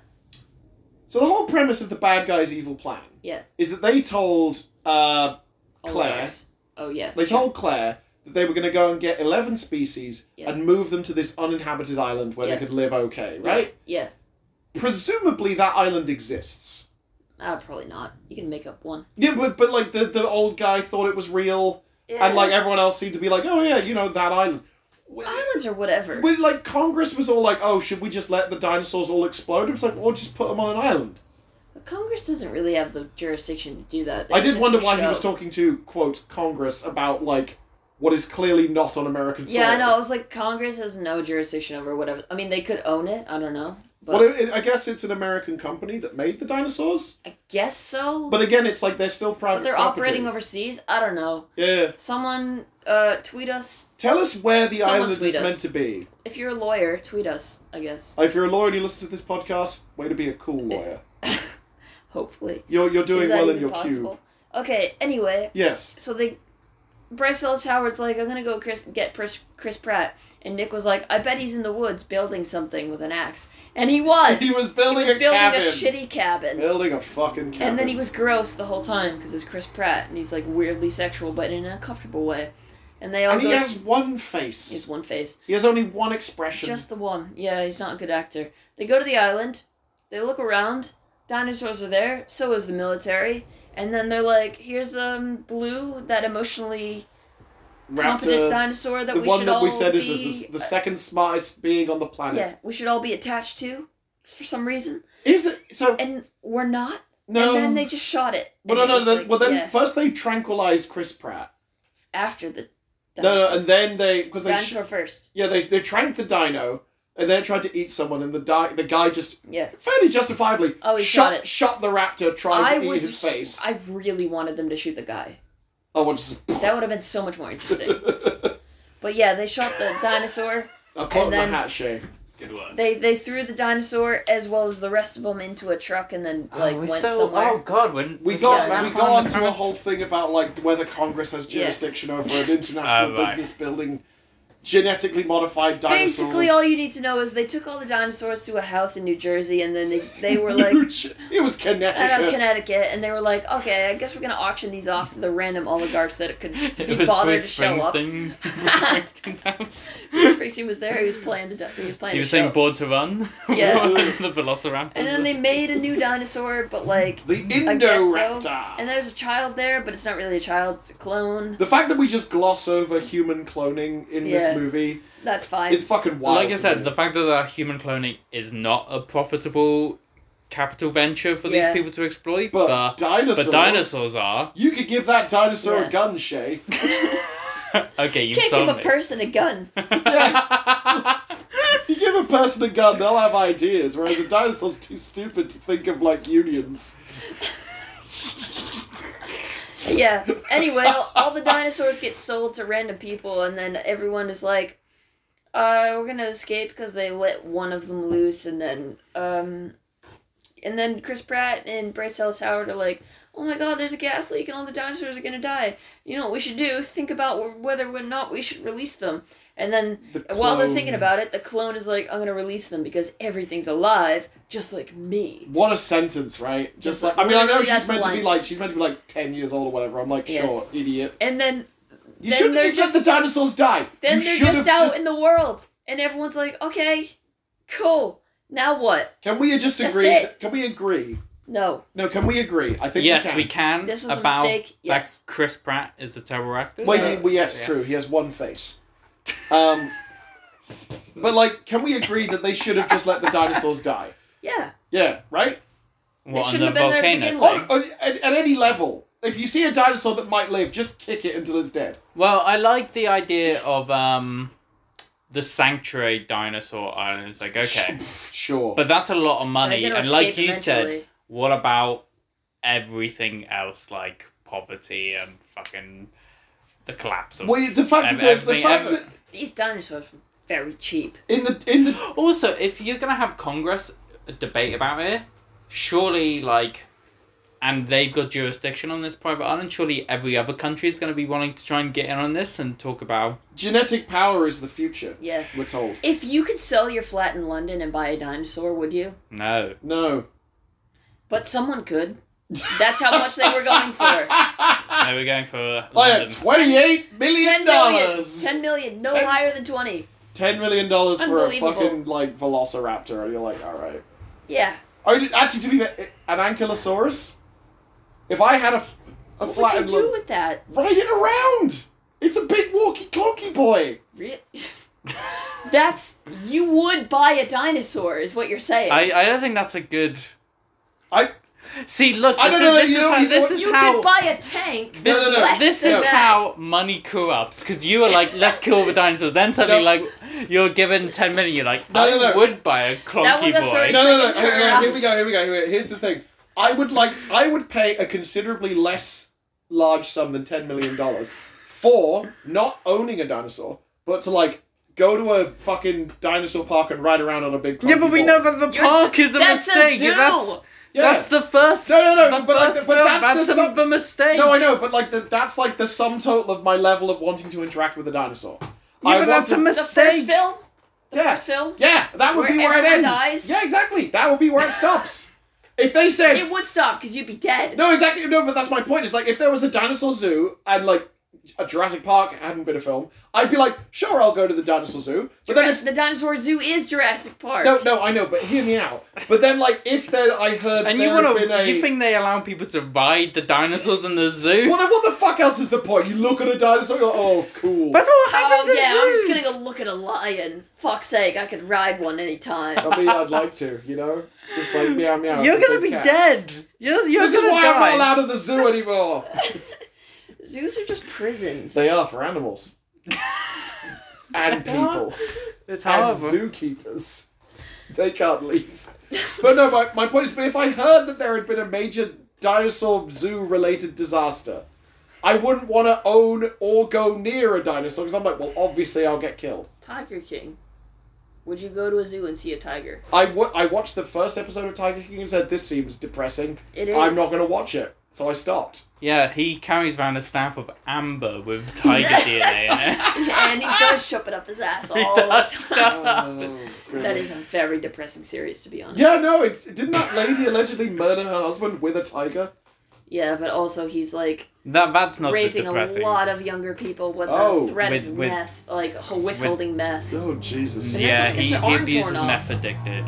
So the whole premise of the bad guy's evil plan
Yeah.
is that they told uh,
all
Claire.
ours. Oh yeah.
they told Claire that they were going to go and get eleven species
Yeah.
and move them to this uninhabited island where
Yeah.
they could live okay, right?
Yeah.
Presumably that island exists.
Uh, probably not. You can make up one.
Yeah, but but like the the old guy thought it was real,
Yeah.
and like everyone else seemed to be like, oh yeah, you know that island. Well,
islands or whatever.
Well, like Congress was all like, "Oh, should we just let the dinosaurs all explode?" It was like, "Or just put them on an island."
But Congress doesn't really have the jurisdiction to do that.
I
It's
did
just
wonder
for
why he
show.
was talking to quote Congress about like what is clearly not on American soil.
Yeah, I know. It was like Congress has no jurisdiction over whatever. I mean, they could own it. I don't know. But
Well, it, it- I guess it's an American company that made the dinosaurs.
I guess so.
But again, it's like they're still private.
But they're
property.
operating overseas. I don't know.
Yeah.
Someone uh, tweet us
Tell us where the
Someone
island
tweet
is
us.
meant to be.
if you're a lawyer. Tweet us, I guess.
If you're a lawyer and you listen to this podcast, way to be a cool lawyer.
Hopefully,
You're you're
is
doing
that
well in
even
your
possible?
cube.
Okay. Anyway,
Yes.
so they Bryce Dallas Howard's like, I'm gonna go Chris, get Chris, Chris Pratt, and Nick was like, I bet he's in the woods building something with an axe, and he was.
He was building
he was
a
building
cabin.
a shitty cabin.
Building a fucking cabin.
And then he was gross the whole time because it's Chris Pratt and he's like weirdly sexual but in an uncomfortable way. And they all
And
go.
he has one face.
he has one face,
He has only one expression.
just the one. Yeah, he's not a good actor. They go to the island. They look around. Dinosaurs are there. So is the military. And then they're like, "Here's um blue, that emotionally competent
Raptor.
dinosaur that
The
we
one
should
that
all
we said
be." uh,
is, is, is the second smartest being on the planet.
yeah, we should all be attached to, for some reason.
Is it so?
And we're not.
No.
And then they just shot it.
Well, no,
And it
no.
was
Then,
like-
well, then
yeah,
first they tranquilize Chris Pratt.
after the.
No, no, and then they because they sh-
Dinosaur first.
yeah they they trank the dino and then tried to eat someone and the di- the guy just
Yeah.
fairly justifiably
Oh, he
shot
shot it.
shot the raptor trying
I
to eat
was
his face.
I really wanted them to shoot the guy.
oh, well, just
That would have been so much more interesting. but yeah, they shot the dinosaur.
I put
And
my
then-
hat shade.
Good work.
They they threw the dinosaur as well as the rest of them into a truck and then like
oh, we
went
still,
somewhere.
Oh god, when
We
this
got
guy
we
ran
got
on the
onto a
premise-
whole thing about like whether Congress has
Yeah.
jurisdiction over an international
Oh, right.
business building genetically modified dinosaurs.
Basically, all you need to know is they took all the dinosaurs to a house in New Jersey and then they, they were like.
New Jer- it was Connecticut.
Out of Connecticut, and they were like, "Okay, I guess we're gonna auction these off to the random oligarchs that could
It
be
was
bothered to
Bruce
show up."
Springsteen. Springsteen's house.
Bruce Springsteen was there. He was playing the di- he was playing
He
a
was saying
show.
bored to run.
Yeah.
the Velociraptor.
and then they made a new dinosaur, but like
The
I guess so.
Indoraptor.
And there's a child there, but it's not really a child, it's a clone.
The fact that we just gloss over human cloning in this
Yeah.
movie,
That's fine.
it's fucking wild.
like I
to me.
said, the fact that our human cloning is not a profitable capital venture for
Yeah.
these people to exploit,
but,
but,
dinosaurs.
but dinosaurs are.
You could give that dinosaur
Yeah.
a gun, Shay.
okay,
Can't
you
give
sold
a person a gun.
me.
You give a person a gun, they'll have ideas, whereas a dinosaur's too stupid to think of like unions.
Yeah. Anyway, all, all the dinosaurs get sold to random people, and then everyone is like, uh, we're gonna escape because they let one of them loose, and then, um, and then Chris Pratt and Bryce Dallas Howard are like, oh my god, there's a gas leak and all the dinosaurs are gonna die. You know what we should do? Think about whether or not we should release them. And then
The
And While they're
clone-
thinking about it, the clone is like, I'm gonna release them because everything's alive, just like me.
What a sentence, right? Just
Just
like
like-
I mean, I know
literally,
she's
that's
meant
the
to be
line.
like she's meant to be like ten years old or whatever. I'm like,
Yeah.
sure, idiot.
And then
You
Then
shouldn't
they're
just,
just-
let the dinosaurs die.
then
you
they're
should
just
have
out in the world. And everyone's like, Okay, cool. Now what?
Can we just
That's
agree?
it.
that- Can we agree?
No.
No, can we agree? I think
yes,
we can.
we can.
This was
about
a mistake.
that
Yes.
Chris Pratt is a terrible actor.
Well, he,
Yeah.
well yes,
Yes.
true. He has one face. Um, but like, can we agree that they should have just let the dinosaurs die?
Yeah.
Yeah, right.
What, on
shouldn't
the
have been there to
volcano
begin
thing?
with.
On, on- at, at any level, if you see a dinosaur that might live, just kick it until it's dead.
Well, I like the idea of um, the sanctuary dinosaur island. It's like okay,
Sure.
but that's a lot of
They're
money,
gonna
and like
escape
you said,
eventually.
what about everything else like poverty and fucking the collapse of?
well, the fact
Ev-
that the, the
everything-
fact
every-
that
these dinosaurs were very cheap.
in the in the
Also, if you're gonna have Congress debate about it, surely like, and they've got jurisdiction on this private island. Surely every other country is gonna be wanting to try and get in on this and talk about.
genetic power is the future.
Yeah.
We're told.
If you could sell your flat in London and buy a dinosaur, would you?
No.
No.
But someone could. That's how much they were going for.
Ah.
No, we're going for uh,
I
London.
had twenty-eight million
Ten million.
dollars.
Ten million. No
Ten-
higher than twenty.
Ten million dollars for a
Unbelievable.
fucking like velociraptor, and you're like, all right.
Yeah.
I did, actually, to be fair, an ankylosaurus. If I had a, f- a
What
flat
would you
and
do with that?
ride it around. It's a big walkie-talkie boy.
Really? That's you would buy a dinosaur, is what you're saying.
I, I don't think that's a good.
I
See, look,
I don't
this
know,
is,
you
this
know,
is how,
you
this
know,
is
You
how
could buy a tank.
This,
No, no, no.
Less
this
than
is
no.
that.
how money corrupts because you were like, let's kill the dinosaurs. Then suddenly,
No.
like, you're given 10 million, you're like,
No,
I
no, no.
would buy a
That
clunky
was a
boy.
30
No, no, no.
It's like a
Here, here- here we
turnaround.
go. Here we go. Here, here's the thing. I would like. I would pay a considerably less large sum than ten million dollars for not owning a dinosaur, but to like go to a fucking dinosaur park and ride around on a big.
yeah, but
clunky
we
ball.
know that the
You're
park
ju-
is a
that's a
mistake.
zoo.
That's,
Yeah.
that's the first.
no, no, no.
the
But, like,
first
but
film.
that's, the
the,
sum.
the mistake.
No, I know, but like the, that's like the sum total of my level of wanting to interact with a dinosaur.
Yeah,
I
but
want
that's
to-
a
The first
mistake.
film. The
Yeah.
first film.
Yeah, that would
Where
be where it ends.
everyone dies.
Yeah, exactly. That would be where it stops. if they said
It would stop because you'd be dead.
No, exactly. No, but that's my point. It's like if there was a dinosaur zoo and like a Jurassic Park hadn't been a film, I'd be like, sure, I'll go to the dinosaur zoo. But then
Jura-
if
the dinosaur zoo is Jurassic Park.
no, no, I know, but hear me out. But then like if then I heard
And
there
you want
had been
to?
a
You think they allow people to ride the dinosaurs in the zoo?
well, then what the fuck else is the point? You look at a dinosaur, you're like, oh, cool.
That's what
Oh
happens in
yeah, I'm
zoos.
just gonna go look at a lion. Fuck's sake, I could ride one anytime.
I mean, I'd like to, you know, just like meow meow.
You're
it's a
gonna
big
be
cat.
dead. You're, you're
This is
gonna
why
die.
I'm not allowed in the zoo anymore.
Zoos are just prisons.
they are for animals and people.
It's
and
horrible.
zookeepers. They can't leave. But no, my, my point is, but if I heard that there had been a major dinosaur zoo related disaster, I wouldn't want to own or go near a dinosaur because I'm like, well, obviously I'll get killed.
Tiger King. Would you go to a zoo and see a tiger?
I wa- I watched the first episode of Tiger King and said, this seems depressing.
It is.
I'm not going to watch it. So I stopped.
Yeah, he carries around a staff of amber with tiger DNA in it.
and he does shove it up his ass
He
all the
does.
time.
Oh,
That is
goodness.
a very depressing series, to be honest.
Yeah, no, it's, didn't that lady allegedly murder her husband with a tiger?
Yeah, but also he's like
That that's not
raping a
depressing.
lot of younger people with
Oh.
the threat
With-
of
with-
meth, like h- withholding meth.
Oh, Jesus.
Yeah,
It's- it's
he,
their
he
arm
abuses
torn off.
meth addicted.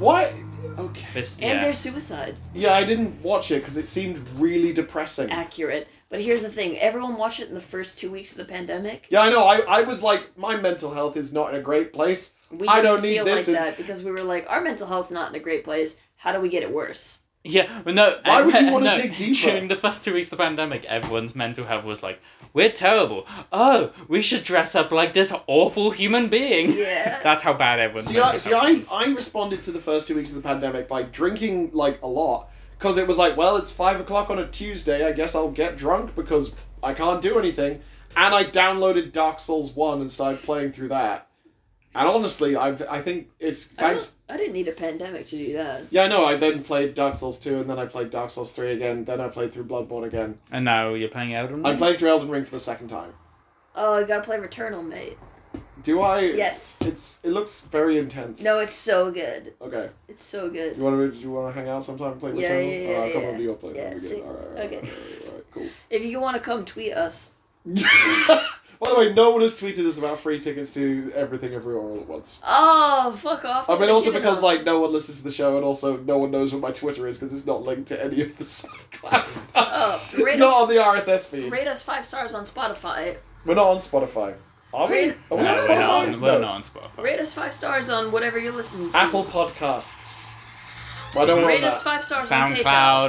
What? Okay.
This,
And
yeah.
their suicide.
Yeah, I didn't watch it because it seemed really depressing.
Accurate. But here's the thing everyone watched it in the first two weeks of the pandemic.
Yeah, I know. I, I was like, my mental health is not in a great place.
We
I
didn't
don't need
feel
this
like
in-
that because we were like, our mental health's not in a great place. How do we get it worse?
Yeah, but no.
Why
and-
would you wanna
no,
dig deeper?
During the first two weeks of the pandemic, everyone's mental health was like, "We're terrible. Oh, we should dress up like this awful human being."
Yeah.
That's how bad everyone's
See,
mental
I, see,
health
I,
was.
I responded to the first two weeks of the pandemic by drinking like a lot because it was like, well, it's five o'clock on a Tuesday. I guess I'll get drunk because I can't do anything. And I downloaded Dark Souls One and started playing through that. And honestly, I I think it's
I don't-
thanks
I didn't need a pandemic to do that.
Yeah, I know. I then played Dark Souls 2, and then I played Dark Souls 3 again, then I played through Bloodborne again.
And now you're playing Elden
Mm.
Ring.
I'm playing through Elden Ring for the second time.
Oh, you gotta play Returnal, mate.
Do I.
Yes.
It's It looks very intense.
No, it's so good.
Okay.
It's so
You
good.
want to you want to hang out sometime and play
Yeah,
Returnal?
yeah, yeah,
Alright, come
yeah.
over to your place.
Yeah,
That'd be good.
see-
Alright, alright,
okay.
alright, alright, cool.
If you want to come tweet us,
By the way, no one has tweeted us about free tickets to everything everywhere all at once.
oh fuck off.
I mean, also
Give it
because
up.
like no one listens to the show, and also no one knows what my Twitter is because it's not linked to any of the SoundCloud stuff.
Oh,
it's
rate
not
us-
on the RSS feed.
rate us five stars on Spotify.
We're not on Spotify. Are we?
Great.
Are we
no,
on
we're,
Spotify?
not on, we're
No.
not on Spotify.
Rate us five stars on whatever you're listening to.
Apple Podcasts. I don't want
Rate
that.
us five stars on PayPal.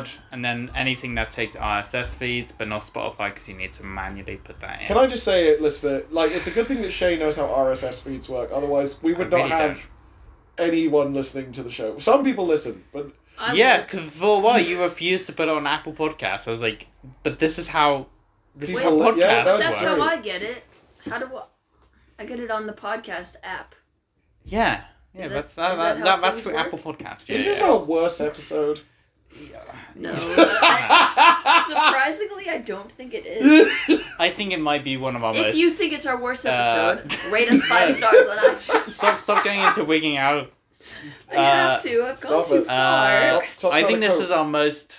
SoundCloud, and then anything that takes RSS feeds, but not Spotify because you need to manually put that in.
Can I just say it, listener? Like, it's a good thing that Shay knows how RSS feeds work. Otherwise, we would
I
not
really
have anyone listening to the show. Some people listen, but
I
yeah,
will-
because for a while you refused to put it on Apple Podcasts. I was like, but this is how this is how
People-
podcasts
yeah, that's
work.
That's
Sorry.
how I get it. How do I? I get it on the podcast app.
Yeah. Yeah,
Is that-
that's that,
is
that,
that how
that- that's
things
through
work?
Apple Podcasts. Yeah,
is this
yeah.
our worst episode?
No. I- surprisingly, I don't think it is.
I think it might be one of our
If
most.
you think it's our worst
Uh,
episode, rate us five stars on iTunes.
Stop, stop going into wigging out.
I have
Uh,
to. I've
Stop
gone too
it.
far.
Uh,
Stop- stop
I
trying
think
to
this
cope.
is our most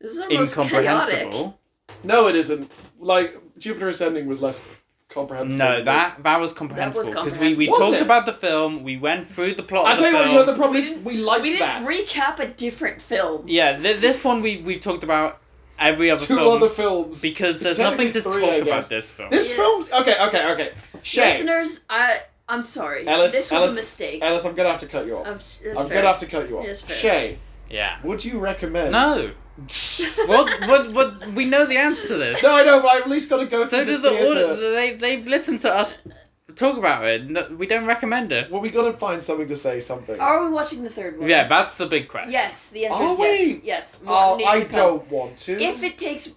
this is our most chaotic.
incomprehensible.
No, it isn't. Like, Jupiter Ascending was less comprehensible.
No,
than
that that was comprehensible because we, we
comprehensible.
Was
talked
it?
about the film, we went through the
this.
plot.
I
of the
tell you what,
film.
you know, the problem
We
is
didn't-
we liked
We
that.
didn't recap a different film.
Yeah, th- this one we we've talked about every other
Two
film
other films.
because there's
Technically
nothing to
three, I
talk
guess.
about this film.
This
Yeah.
film. Okay, okay, okay. Shay.
Listeners, I I'm sorry.
Ellis-
this was
Ellis-
a mistake.
Alice, I'm gonna have to cut you off.
I'm, s- Um, that's
I'm
fair.
gonna have to cut you off.
Yes, fair.
Shay,
Yeah.
Would you recommend?
No. What? What? What? We know the answer to this.
no, I know, but I've at least got to go
so
through
does
the
the
theater.
audience. They they've listened to us talk about it. No, we don't recommend it.
Well, we got to find something to say something.
Are we watching the third one?
Yeah, that's the big question.
Yes, the answer
Are
is
we?
yes. Yes. Morton
oh,
needs
I
to come.
don't want to.
If it takes,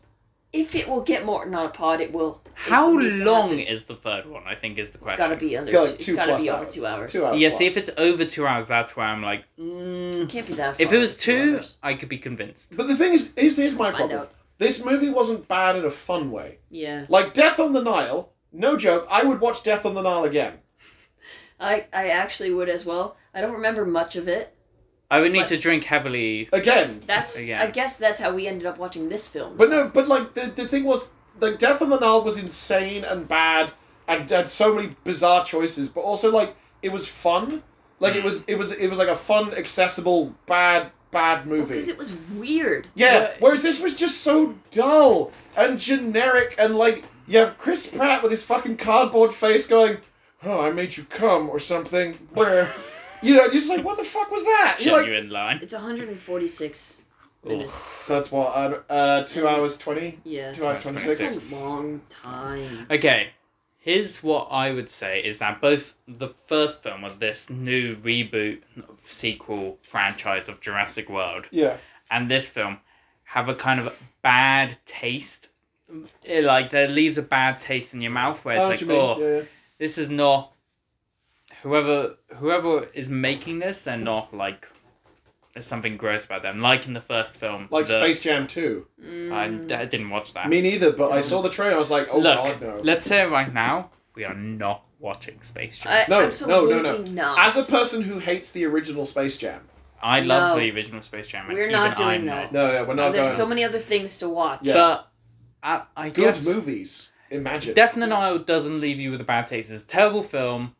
if it will get Morton on a pod, it will. It
How
needs to
long
happen.
is the third one? I think is the
It's
question.
got to be under.
It's got like
two, it's
two
got to
plus
be over
hours.
two hours.
Two hours.
Yeah. See, if
plus.
it's over two hours, that's where I'm like, mm.
Can't be that. Far
if it was
over two,
two,
hours.
I could be convinced.
But the thing is, is here's my
Find
problem.
out.
This movie wasn't bad in a fun way.
yeah,
Like Death on the Nile, no joke. I would watch Death on the Nile again.
I I actually would as well. I don't remember much of it.
I would need
But-
to drink heavily.
Again.
That's
Again.
I guess that's how we ended up watching this film.
Uh, But no, but like the, the thing was, like Death on the Nile was insane and bad and had so many bizarre choices, but also like it was fun. Like
Mm.
it was, it was, it was like a fun, accessible, bad, bad movie.
because it was weird.
Yeah.
Yeah.
Whereas this was just so dull and generic, and like you have Chris Pratt with his fucking cardboard face going, "Oh, I made you come" or something. Where, you know, just like, what the fuck was that? You're like,
Genuine line.
It's 146 minutes.
so that's what uh, uh, two hours twenty,
Yeah,
two hours twenty six.
it's a long time.
Okay, here's what I would say is that both the first film of this new reboot sequel franchise of Jurassic World
Yeah.
and this film have a kind of bad taste. It, like, that leaves a bad taste in your mouth where
I know
it's
what you
like,
mean.
oh,
Yeah, yeah.
this is not whoever whoever is making this they're not like there's something gross about them like in the first film
Like
the-
Space Jam two.
I,
Mm.
I didn't watch that
Me neither, but I saw the trailer. I was like, oh
look
god, no.
let's say right now we are not watching Space Jam
I-
No, no, no,
Uh, absolutely
no.
Not.
As a person who hates the original Space Jam,
I love
No.
the original Space Jam and
We're
even
not doing
I'm
that.
not.
no, no, we're not going.
There's so many other things to watch.
Yeah.
but I, I
Good
guess
movies. Imagine.
Death in the Nile doesn't leave you with a bad taste it's a terrible film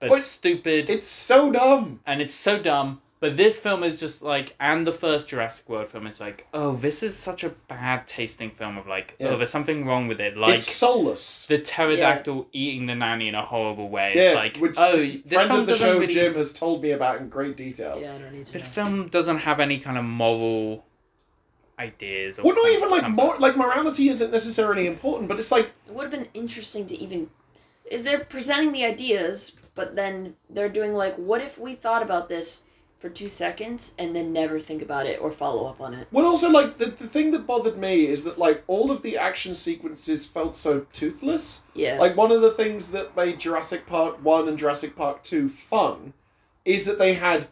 but
But
it's stupid
it's so dumb.
and it's so dumb. But this film is just like, and the first Jurassic World film is like, oh, this is such a bad tasting film of like,
Yeah.
oh, there's something wrong with it. Like
it's soulless.
the pterodactyl eating the nanny in a horrible way.
yeah,
It's like,
which
oh,
friend
this film
of the
doesn't
show
really.
Jim has told me about in great detail.
Yeah, I don't need to.
This
know.
film doesn't have any kind of moral ideas. Or
Well, not even like
compass.
mor- like morality isn't necessarily important, but it's like
It would have been interesting to even. They're presenting the ideas, but then they're doing like, what if we thought about this for two seconds and then never think about it or follow up on it?
well, also like the, the thing that bothered me is that like all of the action sequences felt so toothless.
Yeah.
Like one of the things that made Jurassic Park 1 and Jurassic Park 2 fun is that they had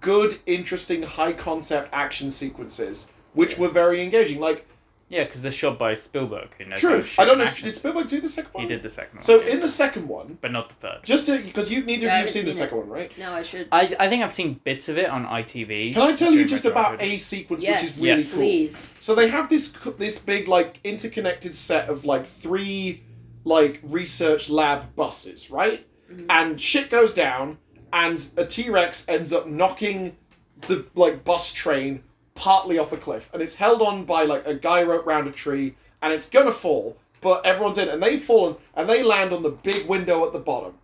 good, interesting, high concept action sequences, which were very engaging. Like,
Yeah, because they're shot by Spielberg, who knows. how
true,
to shoot
I don't
an
know,
action.
did Spielberg do the second one?
He did the second one.
So
yeah.
in the second one,
But not the third.
just to, because you neither
Yeah, I
of you have
haven't
seen the
seen it.
second one, right?
no, I should.
I, I think I've seen bits of it on ITV.
Can I tell you
during my
just about
childhood.
a sequence
yes.
which is really
Yes.
cool?
Please.
So they have this co- this big like interconnected set of like three like research lab buses, right?
Mhm.
And shit goes down, and a T Rex ends up knocking the like bus train partly off a cliff, and it's held on by like a guy rope round a tree, and it's gonna fall, but everyone's in, and they've fallen, and they land on the big window at the bottom.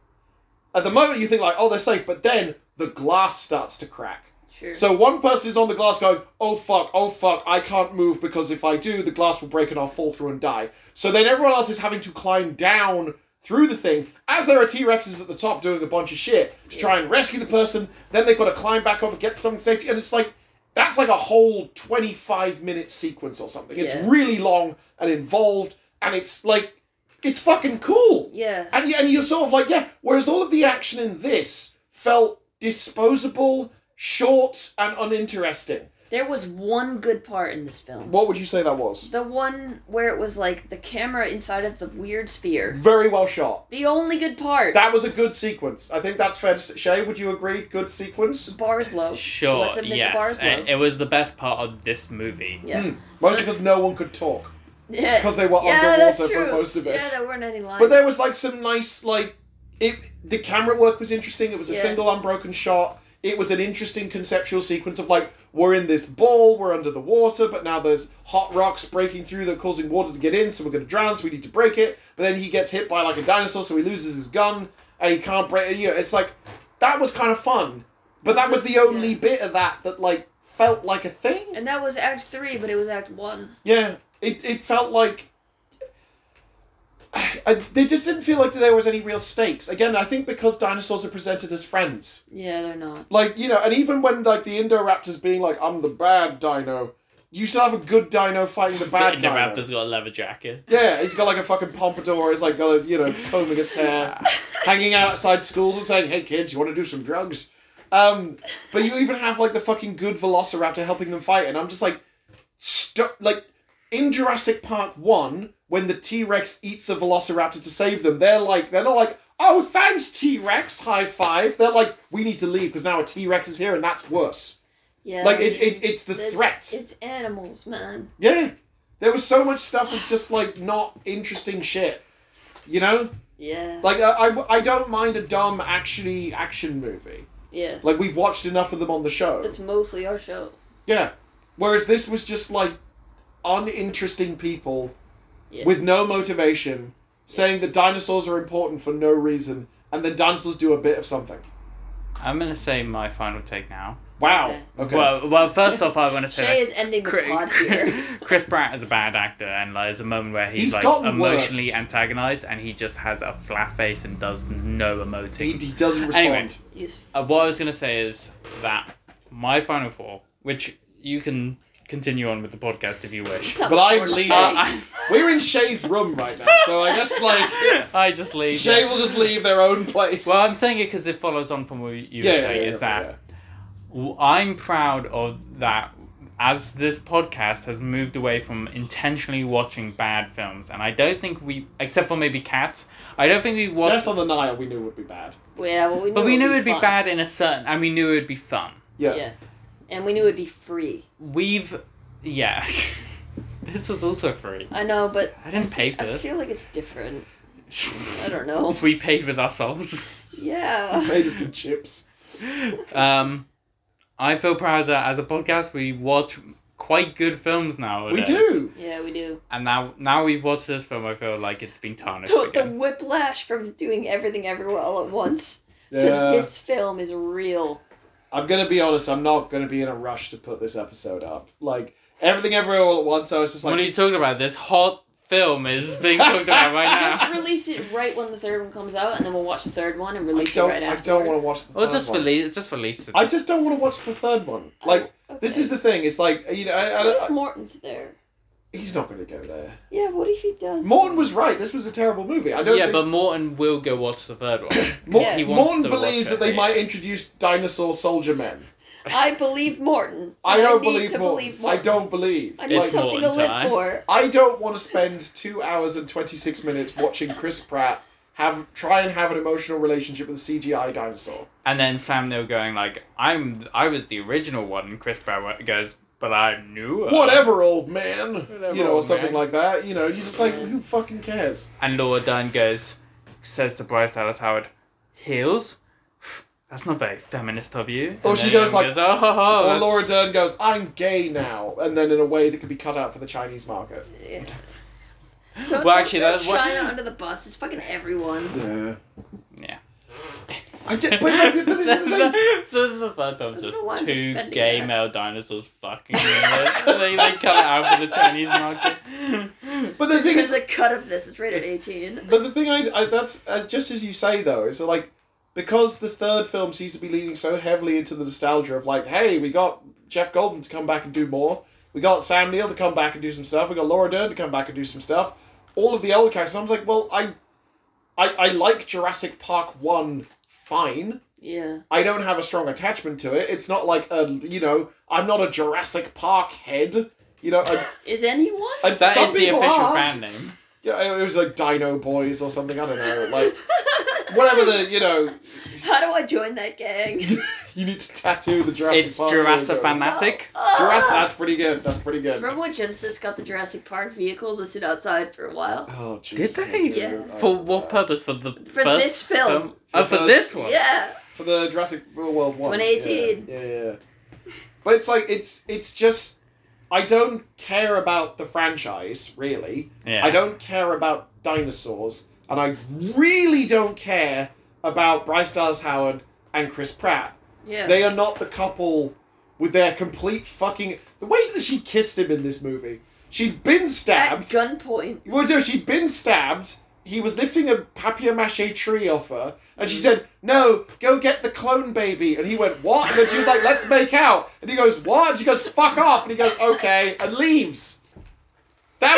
At the moment, you think like, oh, they're safe, but then the glass starts to crack.
Sure.
So one person is on the glass going, oh fuck, oh fuck, I can't move because if I do, the glass will break and I'll fall through and die. So then everyone else is having to climb down through the thing as there are T Rexes at the top doing a bunch of shit to try and rescue the person. Then they've got to climb back up and get some safety. And it's like, that's like a whole 25 minute sequence or something. It's
Yeah.
really long and involved and it's like, it's fucking cool.
yeah.
And, you- and you're sort of like, yeah, whereas all of the action in this felt disposable, short, and uninteresting.
There was one good part in this film.
What would you say that was?
The one where it was like the camera inside of the weird sphere.
Very well shot.
The only good part.
That was a good sequence. I think that's fair to say. Shay, would you agree? Good sequence?
bar is low.
Sure.
Let's admit the
yes.
bar is
uh,
low.
It was the best part of this movie.
Yeah.
Hmm. Mostly because no one could talk.
Yeah.
Because they were
yeah, that's
underwater
true.
for most of it.
Yeah, there weren't any lines.
But there was like some nice like it. The camera work was interesting. It was a
Yeah.
single unbroken shot. It was an interesting conceptual sequence of like we're in this ball, we're under the water, but now there's hot rocks breaking through that are causing water to get in, so we're gonna drown, so we need to break it. But then he gets hit by like a dinosaur, so he loses his gun and he can't break. You know, it's like that was kind of fun, but that was the only bit of that that like felt like a thing.
And that was Act Three, but it was Act One.
Yeah, it, it felt like. I, they just didn't feel like there was any real stakes. Again, I think because dinosaurs are presented as friends.
Yeah, they're not.
Like, you know, and even when, like, the Indoraptors being like, I'm the bad dino, you still have a good dino fighting the bad
the
dino.
raptor's got a leather jacket.
Yeah, he's got, like, a fucking pompadour. He's, like, got a, you know, combing his hair. hanging out outside schools and saying, "Hey kids, you want to do some drugs?" Um, but you even have like the fucking good Velociraptor helping them fight, and I'm just like, stuck. Like in Jurassic Park One, when the T Rex eats a Velociraptor to save them, they're like, they're not like, "Oh, thanks T Rex, high five. They're like, "We need to leave because now a T Rex is here, and that's worse."
Yeah.
Like it, it it's the
That's-
threat.
It's animals, man.
Yeah, there was so much stuff that's just like not interesting shit. You know,
Yeah.
like I, I, I don't mind a dumb actually action movie.
yeah.
Like we've watched enough of them on the show.
That's mostly our show.
Yeah. Whereas this was just like uninteresting people
Yes.
with no motivation saying that dinosaurs are important for no reason and then dinosaurs do a bit of something.
I'm gonna say my final take now.
Wow.
Okay.
Okay.
Well, well, first off, I want to say
Shay
that
is ending the
Chris,
pod here.
Chris Pratt is a bad actor, and like, there's a moment where he's,
He's
like
gotten
emotionally
worse.
antagonized, and he just has a flat face and does no
he,
emoting.
he doesn't respond.
Anyway.
Yes.
Uh, what I was gonna say is that my final four, which you can continue on with the podcast if you wish.
Something
But I'm
more to
leaving.
say.
Uh,
I,
We're in Shay's room right now, so I guess like
I just leave.
Shay
it.
will just leave their own place.
Well, I'm saying it because it follows on from what you were
yeah, yeah,
saying.
yeah,
is
yeah,
that
yeah.
w- I'm proud of that as this podcast has moved away from intentionally watching bad films, and I don't think we, except for maybe Cats, I don't think we watched.
Death on the Nile we knew would be bad.
Well, yeah, well, we knew
but we
it
knew
would
it'd be
fun.
bad in a certain, and we knew it'd be fun.
Yeah.
Yeah. And we knew it'd be free.
We've, yeah, this was also free.
I know, but
I didn't pay for
I
this.
feel like it's different. I don't know.
we paid with ourselves.
Yeah.
Made us some chips.
um, I feel proud that as a podcast we watch quite good films now.
We do.
Yeah, we do.
And now, now we've watched this film. I feel like it's been tarnished
The, the
again.
whiplash from doing everything everywhere all at once to
Yeah.
this film is real.
I'm gonna be honest. I'm not gonna be in a rush to put this episode up. Like everything, everywhere, all at once. I was just
what are
like,
you talking about? This hot film is being talked about right now.
Just release it right when the third one comes out, and then we'll watch the third one and
I
release it
don't,
right
I
after.
don't want to watch the.
Well,
third
just
one.
release, just release it.
Oh, I just don't want to watch the third one. Like this is the thing. It's like you know, I, I,
What
don't-
if Morton's there?
I- he's not gonna go there.
Yeah. What if he does?
Morton was right. This was a terrible movie. I don't.
yeah,
think,
but Morton will go watch the third one.
Mor-
yeah.
he wants
Morton
to
believes
watch
that
it,
they
yeah.
might introduce dinosaur soldier men.
I believe Morton.
I
and
don't
need
believe
to
Morton.
believe Morton.
I don't believe.
I need
It's
something to
Morton
live
time.
for.
I don't want to spend two hours and twenty six minutes watching Chris Pratt have try and have an emotional relationship with a CGI dinosaur.
And then Sam Neill going like, "I'm, I was the original one." And Chris Brown goes, "But I knew." her."
whatever, old man,
Whatever,
you know, or
old
something
man.
like that. You know, you're just like,
Yeah.
who fucking cares?
And Laura Dern goes, says to Bryce Dallas Howard, "Heels." That's not very feminist of you.
Or
And
she
then
goes like-
everyone "Oh, ho, ho,
or
that's-
Laura Dern goes, I'm gay now, and then in a way that could be cut out for the Chinese market.
Yeah.
Well,
Don't,
actually,
don't
that's
throw
what-
China under the bus. It's fucking everyone.
Yeah.
Yeah.
I did, but, like, but this is the thing.
So this is the third
I
film,
don't
just
know why I'm
two
defending
gay
that.
male dinosaurs fucking. and they, they come out for the Chinese market.
But the thing
There's
is,
a cut of this. It's rated 18.
but the thing I, I that's as just as you say though is that, like because the third film seems to be leaning so heavily into the nostalgia of like, hey, we got Jeff Goldman to come back and do more, we got Sam Neill to come back and do some stuff, we got Laura Dern to come back and do some stuff, all of the old characters. and I was like, well, I, I, I like Jurassic Park one fine.
Yeah.
I don't have a strong attachment to it. It's not like a you know, I'm not a Jurassic Park head. You know, a,
Is anyone?
a,
That
some
is the
people
official
are.
fan name.
Yeah, it was like Dino Boys or something. I don't know, like whatever the you know.
How do I join that gang?
You need to tattoo the Jurassic
It's
Park.
Jurassic
logo.
Fanatic. Attic?
Oh, oh.
Jurassic. That's pretty good. That's pretty good.
Remember when Genesis got the Jurassic Park vehicle to sit outside for a while?
Oh Jesus. uh,
Did
I
they?
do.
Yeah.
I
For
remember
what
that.
purpose? For the
For
first
this film.
Oh,
For
for
the-
this one.
Yeah.
For the Jurassic World One.
2018.
Yeah, yeah, yeah. But it's like it's it's just I don't care about the franchise really.
Yeah.
I don't care about dinosaurs, and I really don't care about Bryce Dallas Howard and Chris Pratt.
Yeah.
They are not the couple with their complete fucking the way that she kissed him in this movie. She'd been
At
stabbed.
gunpoint.
Well, no, she'd been stabbed. He was lifting a papier mâché tree off her, and she said, "No, go get the clone baby." And he went, "What?" And then she was like, "Let's make out." And he goes, "What?" And she goes, "Fuck off." And he goes, "Okay," and leaves. That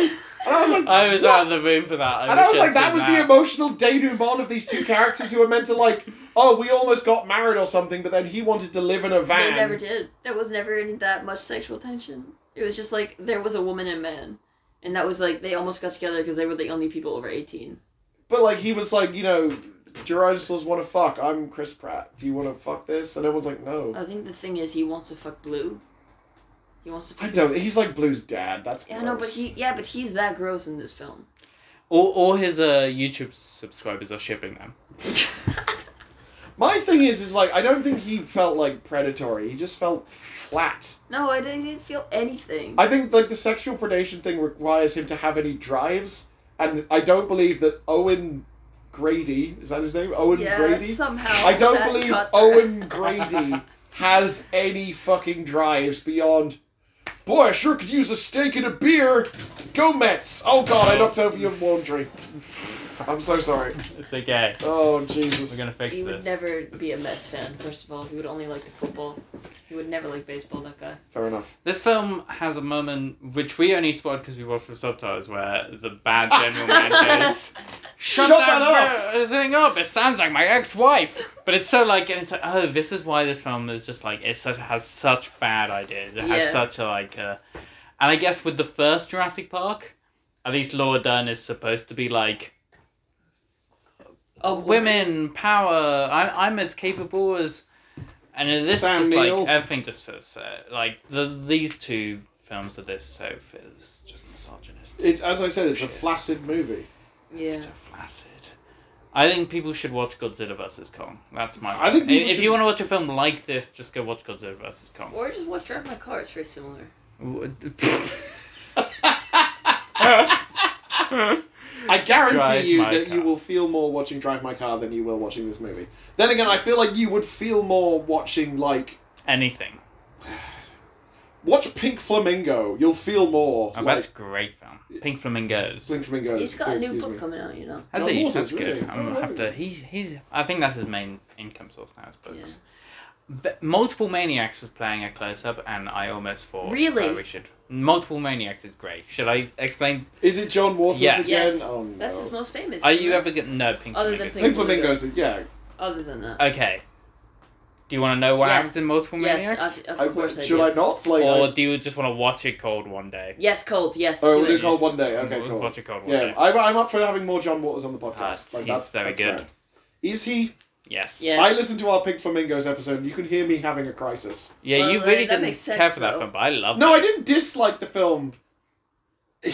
was, and I was like,
I was
"What?"
out of the room for that.
and I
wish
was
I'd
like, that
seen
was the emotional denouement of these two characters who were meant to like, oh, we almost got married or something, but then he wanted to live in a van.
They never did. There was never any, that much sexual tension. It was just like there was a woman and man, and that was like they almost got together because they were the only people over eighteen.
But like, he was like, you know, Gerardosaurus want to fuck. I'm Chris Pratt. Do you want to fuck this? And everyone's like, no.
I think the thing is he wants to fuck Blue. He wants to. Fuck
I don't.
his-
He's like Blue's dad. That's
Yeah, I know, but
gross.
he yeah, but he's that gross in this film.
All, all his uh, YouTube subscribers are shipping them.
My thing is, is like, I don't think he felt like predatory. He just felt flat.
No, I didn't, didn't feel anything.
I think like the sexual predation thing requires him to have any drives, and I don't believe that Owen Grady is that his name? Owen
yeah,
Grady.
somehow.
I don't
that
believe
got there.
Owen Grady has any fucking drives beyond. Boy, I sure could use a steak and a beer. Go Mets! Oh God, I knocked over your laundry. I'm so sorry.
It's okay.
Oh
We're
Jesus.
gonna fix
He
this.
would never be a Mets fan. First of all, he would only like the football. He would never like baseball. That guy.
Fair enough.
This film has a moment which we only spotted because we watched the subtitles, where the bad general man goes,
Shut
"Shut, that,
that
ra- thing up! It sounds like my ex-wife." But it's so like, and it's like, oh, this is why this film is just like it such, has such bad ideas. It
Yeah.
has such a like, uh, and I guess with the first Jurassic Park, at least Laura Dern is supposed to be like,
Oh,
women power. I'm I'm as capable as, and in this
Sam
just
Neill.
like everything just feels uh, like the these two films of this so feels just misogynist.
It, as I said, it's a
Shit.
flaccid movie.
Yeah.
So flaccid. I think people should watch Godzilla vs Kong. That's my.
I think
if,
people
if
should-
you want to watch a film like this, just go watch Godzilla vs Kong.
Or just watch Drive My Car. It's very similar.
I guarantee
Drive
you
my
that you
car.
will feel more watching Drive My Car than you will watching this movie. Then again, I feel like you would feel more watching like
Anything.
watch Pink Flamingo. You'll feel more
Oh,
like
that's a great film. Pink Flamingos.
Pink Flamingo.
He's got a new
excuse
book
me.
coming out. You know.
Has
John
he?
Waters,
That's good.
really.
I'm
Oh,
gonna have
really?
to. He's he's. I think that's his main income source now. Is books. But Multiple Maniacs was playing a close up, and I almost thought.
Really?
uh, we should. Multiple Maniacs is great. Should I explain?
Is it John Waters
Yes.
again?
Yes.
Oh no.
That's his most famous.
Are
isn't
you
it?
ever getting no pink?
Other than
Flamingos.
Pink Flamingo's, yeah.
Other than that.
Okay. Do you want to know what
Yeah.
happens in Multiple
yes,
Maniacs,
of, of
I-
course I
should
do.
I not? Like,
or
I,
do you just want to watch it cold one day?
Yes, cold. Yes,
oh,
do
we'll do
it.
Cold One Day. Okay,
We'll
cool.
Watch it cold one
Yeah,
day.
I'm, I'm up for having more John Waters on the
Ah,
podcast. Like,
he's
that's
very
that's
good.
fair. Is he?
Yes.
Yeah.
I listened to our Pink Flamingos episode. and You can hear me having a crisis.
Yeah.
Well,
you
that-
really
that
didn't
makes sense,
care for that
though.
film, but I love.
No, I didn't dislike the film. the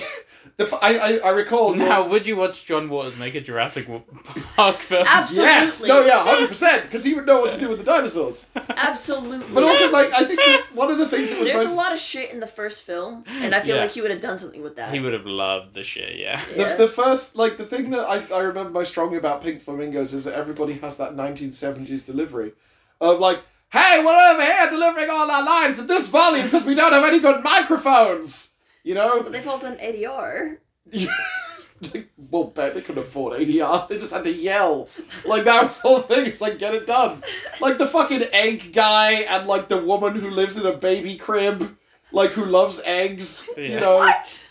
f- I, I I recall your-
Oh, Now, would you watch John Waters make a Jurassic Park film?
Absolutely.
Yes, no, yeah, hundred percent, because he would know what to do with the dinosaurs.
Absolutely.
But also, like, I think that one of the things that was
There's
most
a lot of shit in the first film, and I feel
Yeah.
like he would have done something with that.
He would have loved the shit, yeah.
Yeah.
The, the first, like, the thing that I, I remember most strongly about Pink Flamingos is that everybody has that 1970s delivery of, like, hey, we're over here delivering all our lines at this volume because we don't have any good microphones! You
But
know?
they've all done ADR.
well, bet they couldn't afford ADR. They just had to yell. Like, that was the whole thing. It's like, get it done. Like, the fucking egg guy and, like, the woman who lives in a baby crib, like, who loves eggs, you
Yeah.
know?
What?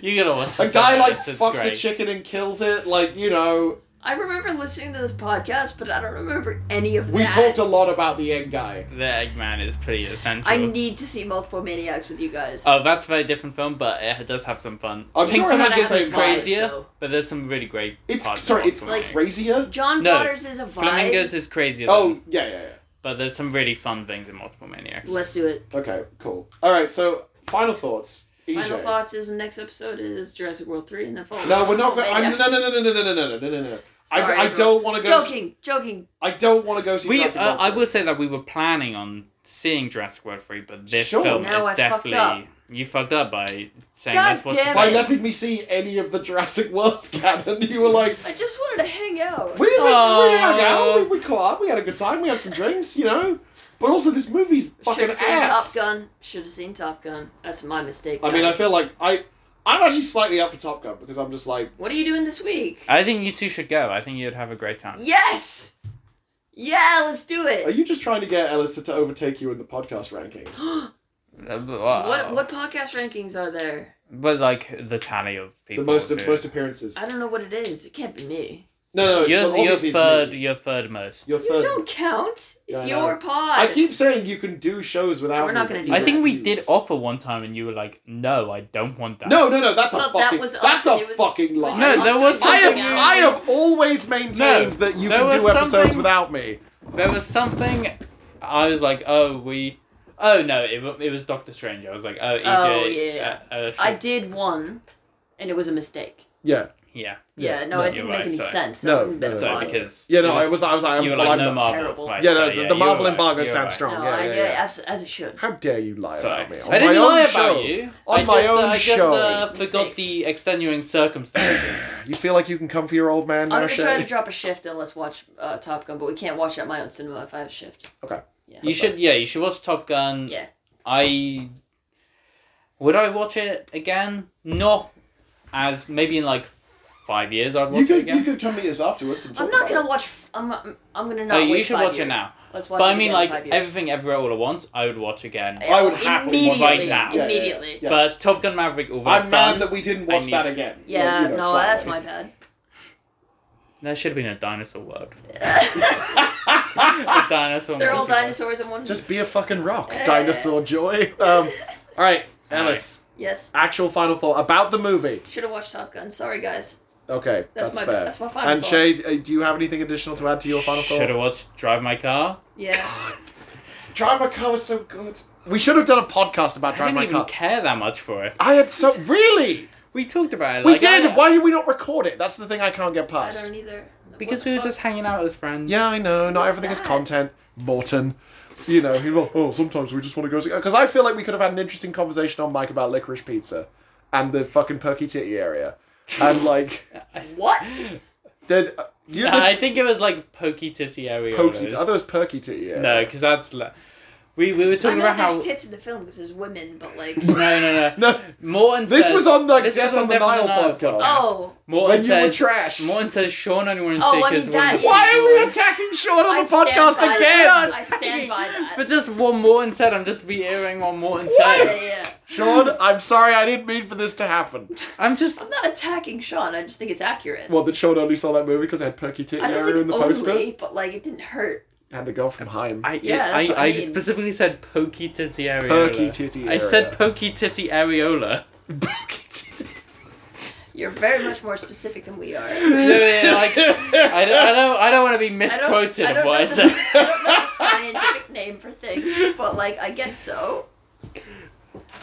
You gotta watch
A
this
guy,
film,
like,
it's- it's
fucks a
great.
chicken and kills it. Like, you know.
I remember listening to this podcast, but I don't remember any of
We
that.
talked a lot about the egg guy.
The Eggman is pretty essential.
I need to see multiple maniacs with you guys.
Oh, that's a very different film, but it does have some fun.
I'm
Pink
sure it
John
has the
Flamingos
Waters
same
vibes,
is
vibe.
crazier,
though.
but there's some really great
It's
parts.
sorry,
of
it's
Multiple Maniacs.
crazier.
John
No.
Waters is a vibe.
Flamingos is crazier,
Oh
oh.
yeah, yeah, yeah.
but there's some really fun things in Multiple Maniacs.
Let's do it.
Okay, cool. All right, so final thoughts. E EJ.
Final thoughts is the next episode is Jurassic World 3 and then follow
No, we're not. Gonna,
Multiple
I'm,
Maniacs.
no, no, no, no, no, no, no, no, no, no, no.
Sorry,
I, I
everyone.
don't want to go.
Joking, joking.
I don't want to go see.
We,
Jurassic
uh,
World
I
three.
will say that we were planning on seeing Jurassic World 3, but this
Sure.
film
Now
is
I fucked
definitely.
up.
You fucked up by saying
God
that's what.
damn
By
it.
letting me see any of the Jurassic World canon, you were like,
I just wanted to hang out.
we, we, we hung out,
Aw.
we, we caught up, we had a good time, we had some drinks, you know? But also, this movie's fucking
Should've seen
ass.
Top Gun. Should have seen Top Gun. That's my mistake.
I mean, I
guys.
feel like I, I'm actually slightly up for Top Gun because I'm just like,
What are you doing this week?
Uh,
I think you two should go. I think you'd have a great time.
Yes. Yeah, let's do
are
it.
you just trying to get Ellis to, to overtake you in the podcast rankings?
Uh, but, uh,
what what podcast rankings are there?
But like the tally of people.
the most
who-
most appearances.
I don't know what it is. It can't be me.
No, no, it's,
You're,
well,
you're
obviously it's
third.
me.
You're third most.
You're
You
third.
don't count. It's
I know.
your pod.
I keep saying you can do shows without.
We're
me,
not
but
gonna
you
do
I think we did
refuse.
offer one time, and you were like, "No, I don't want that."
No, no, no. That's a
Well, that
fucking.
was us,
that's a
it was-
fucking lie.
No, there was
I have,
something
I have always maintained that you
there
can do
was
episodes
something-
without me.
There was something. I was like, "Oh, we." Oh no! It, wa- it was Doctor Strange. I was like, "Oh, EJ."
Oh, yeah.
uh, uh,
I
should-
did one, and it was a mistake.
Yeah,
Yeah.
Yeah, no,
no,
it didn't
you're
make
right,
any
sorry.
sense.
No,
That wouldn't
no, no,
have been
So
fun.
Fine.
because
yeah. No,
it
I was, I was, I
You were
am
like,
I'm,
"No, Marvel."
terrible.
Right,
yeah,
so,
no, the, the
you were
Marvel
right,
embargo
you were
stands
right.
strong.
No,
yeah,
I,
yeah,
yeah,
yeah.
As, as it should.
How dare you lie
Sorry.
about me? On
I
my
didn't
own
lie
show.
about you.
On
I
my
just,
own
I just
show.
uh,
Mistakes.
forgot the extenuating circumstances.
You feel like you can come for your old man
I'm
now,
gonna try to
Shay?
drop a shift and let's watch uh, Top Gun, but we can't watch it at my own cinema if I have a shift.
Okay.
Yeah.
you should, yeah, you should watch Top Gun.
Yeah.
I would I watch it again? Not as maybe in like five years I'd watch
You
it
could,
again.
you could come meet us afterwards and talk
I'm not
about
gonna watch. F- I'm. I'm I'm gonna not.
no, you
wait
should
five
watch it
years.
now.
Let's watch
But
it
I
again
mean,
in
like
five years.
everything, everywhere, all at once. I would watch again.
I would happily
immediately,
watch it
now.
Yeah, yeah,
Immediately.
yeah.
But Top Gun Maverick, although
it. I'm
fun,
mad that we didn't
I
watch
need-
that again.
Yeah,
Like, you know,
no, that's my
finally.
bad.
there should have been a dinosaur world. a dinosaur.
They're all
monster world.
dinosaurs in one.
um, Just be a fucking rock, dinosaur joy. Um, all right, Ellis.
yes.
Actual final thought about the movie.
Should have watched Top Gun. Sorry, guys.
Okay,
That's
that's,
my-
fair.
that's my final
And Shay, uh, do you have anything additional to add to your final
Should have
thought?
watched Drive My Car.
Yeah.
Drive My Car was so good. We should have done a podcast about
I
Drive
didn't
My
even
Car.
care that much for it.
I had so really.
We talked about it.
we
like,
did.
I-
Why did we not record it? That's the thing I can't get
I
past.
don't either.
Because
What the
we were
fuck?
just hanging out as friends.
Yeah, I know. Not
What's
everything is
that?
content. Morton. You know, he's like, oh, sometimes we just want to go. Because I feel like we could have had an interesting conversation on Mike about licorice pizza and the fucking perky titty area. And like,
What?
there's. Uh, you
Nah, I
this
think it was like pokey titty area.
pokey. I
was.
thought it was perky titty area.
No, because that's le- we we were
I
talking
know
about how.
there's tits in the film because there's women, but like.
no, no, no.
No,
Morton.
This
says,
was on, like,
this was
Death on the Nile podcast.
Oh.
Morton
when you were
says.
trashed.
Morton says Sean only wanted to
Oh,
say
I mean
because
that is-
Why are we attacking Sean on
I
the
stand
podcast
by
again?
that. I stand by that.
But just what Morton said, I'm just reiterating what Morton
yeah,
said.
yeah.
Sean, I'm sorry, I didn't mean for this to happen.
I'm just
I'm not attacking Sean. I just think it's accurate.
Well, that Sean only saw that movie because it had perky titty
I don't
area
think
in the
only,
poster.
but like it didn't hurt.
And the girl from Heim.
I
Yeah,
I,
that's what
I,
I mean.
specifically said pokey titty areola.
Perky titty
I said
area.
pokey titty areola.
Perky titty.
You're very much more specific than we are.
No, no, no, like, I don't, I don't, I don't want to be
I don't,
misquoted
I
of
don't know
what I
the,
said.
I don't know the scientific name for things, but like I guess so.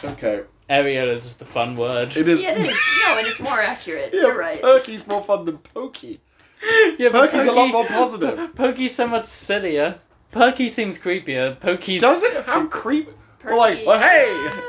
Okay.
Areola is just a fun word.
It is.
Yeah, it is. No, and it's more accurate.
Yeah, uh,
You're right.
Perky's more fun than pokey.
yeah, but
Perky's a lot more positive.
Pokey's so much sillier. Perky seems creepier. Pokey's.
Does it? How creep? We're like,
Perky.
well, hey.
uh,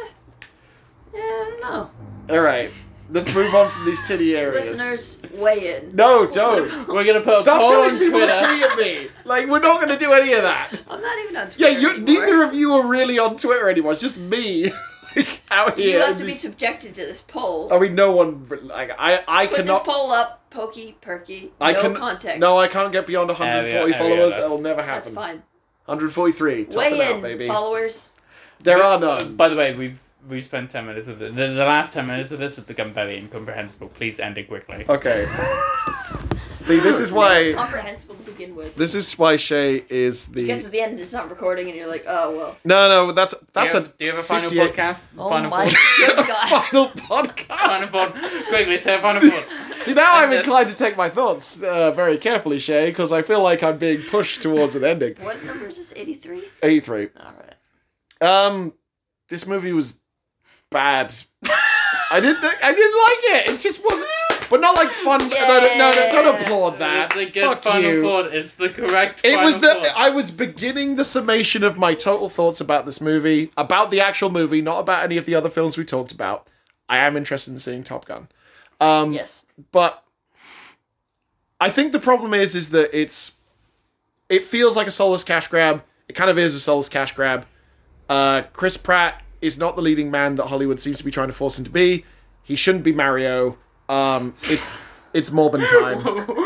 Yeah, I don't know.
All right, let's move on from these titty areas.
Listeners, weigh in.
No, don't.
We're gonna put a
Stop
poll
telling
on
people to
Twitter.
tweet at me. Like, we're not going to do any of that.
I'm not even on
Yeah,
Twitter.
you,
anymore.
neither of you are really on Twitter anymore. It's just me, like out here.
You have
in
to be
these-
subjected to this poll.
Oh, I mean, no one. Like, I, I
Put
cannot.
this poll up, pokey, perky,
I
no
can-
context.
No, I can't get beyond 140
Area- area,
followers.
though.
It'll never happen.
That's fine.
143. Top it
Weigh
out,
in,
baby.
followers.
There are none.
By the way, we've we've spent ten minutes of this. The, the last ten minutes of this has become very incomprehensible. Please end it quickly.
Okay. See, this is why.
Comprehensible to begin with.
This is why Shay is
you get to
the.
the end, it's not recording, and you're like, oh well.
No, no, that's that's
do you
a.
have, do you have a final
58
podcast?
Oh
final
my
thought?
good god.
final podcast.
Final thought. Quickly, say a final thought.
See, now I'm
End this.
inclined to take my thoughts uh, very carefully, Shay, because I feel like I'm being pushed towards an ending.
What number is this? 83?
83.
Alright.
Um, this movie was bad. I didn't. I didn't like it. It just wasn't. But not like fun. No, no, no, no, don't applaud that.
It's a good
Fuck
final
you.
thought. It's the correct.
It was the.
final thought.
I was beginning the summation of my total thoughts about this movie, about the actual movie, not about any of the other films we talked about. I am interested in seeing Top Gun. Um,
Yes.
but I think the problem is is that it's it feels like a soulless cash grab. It kind of is a soulless cash grab. Uh, Chris Pratt is not the leading man that Hollywood seems to be trying to force him to be. He shouldn't be Mario. Um, it, it's Morbin time.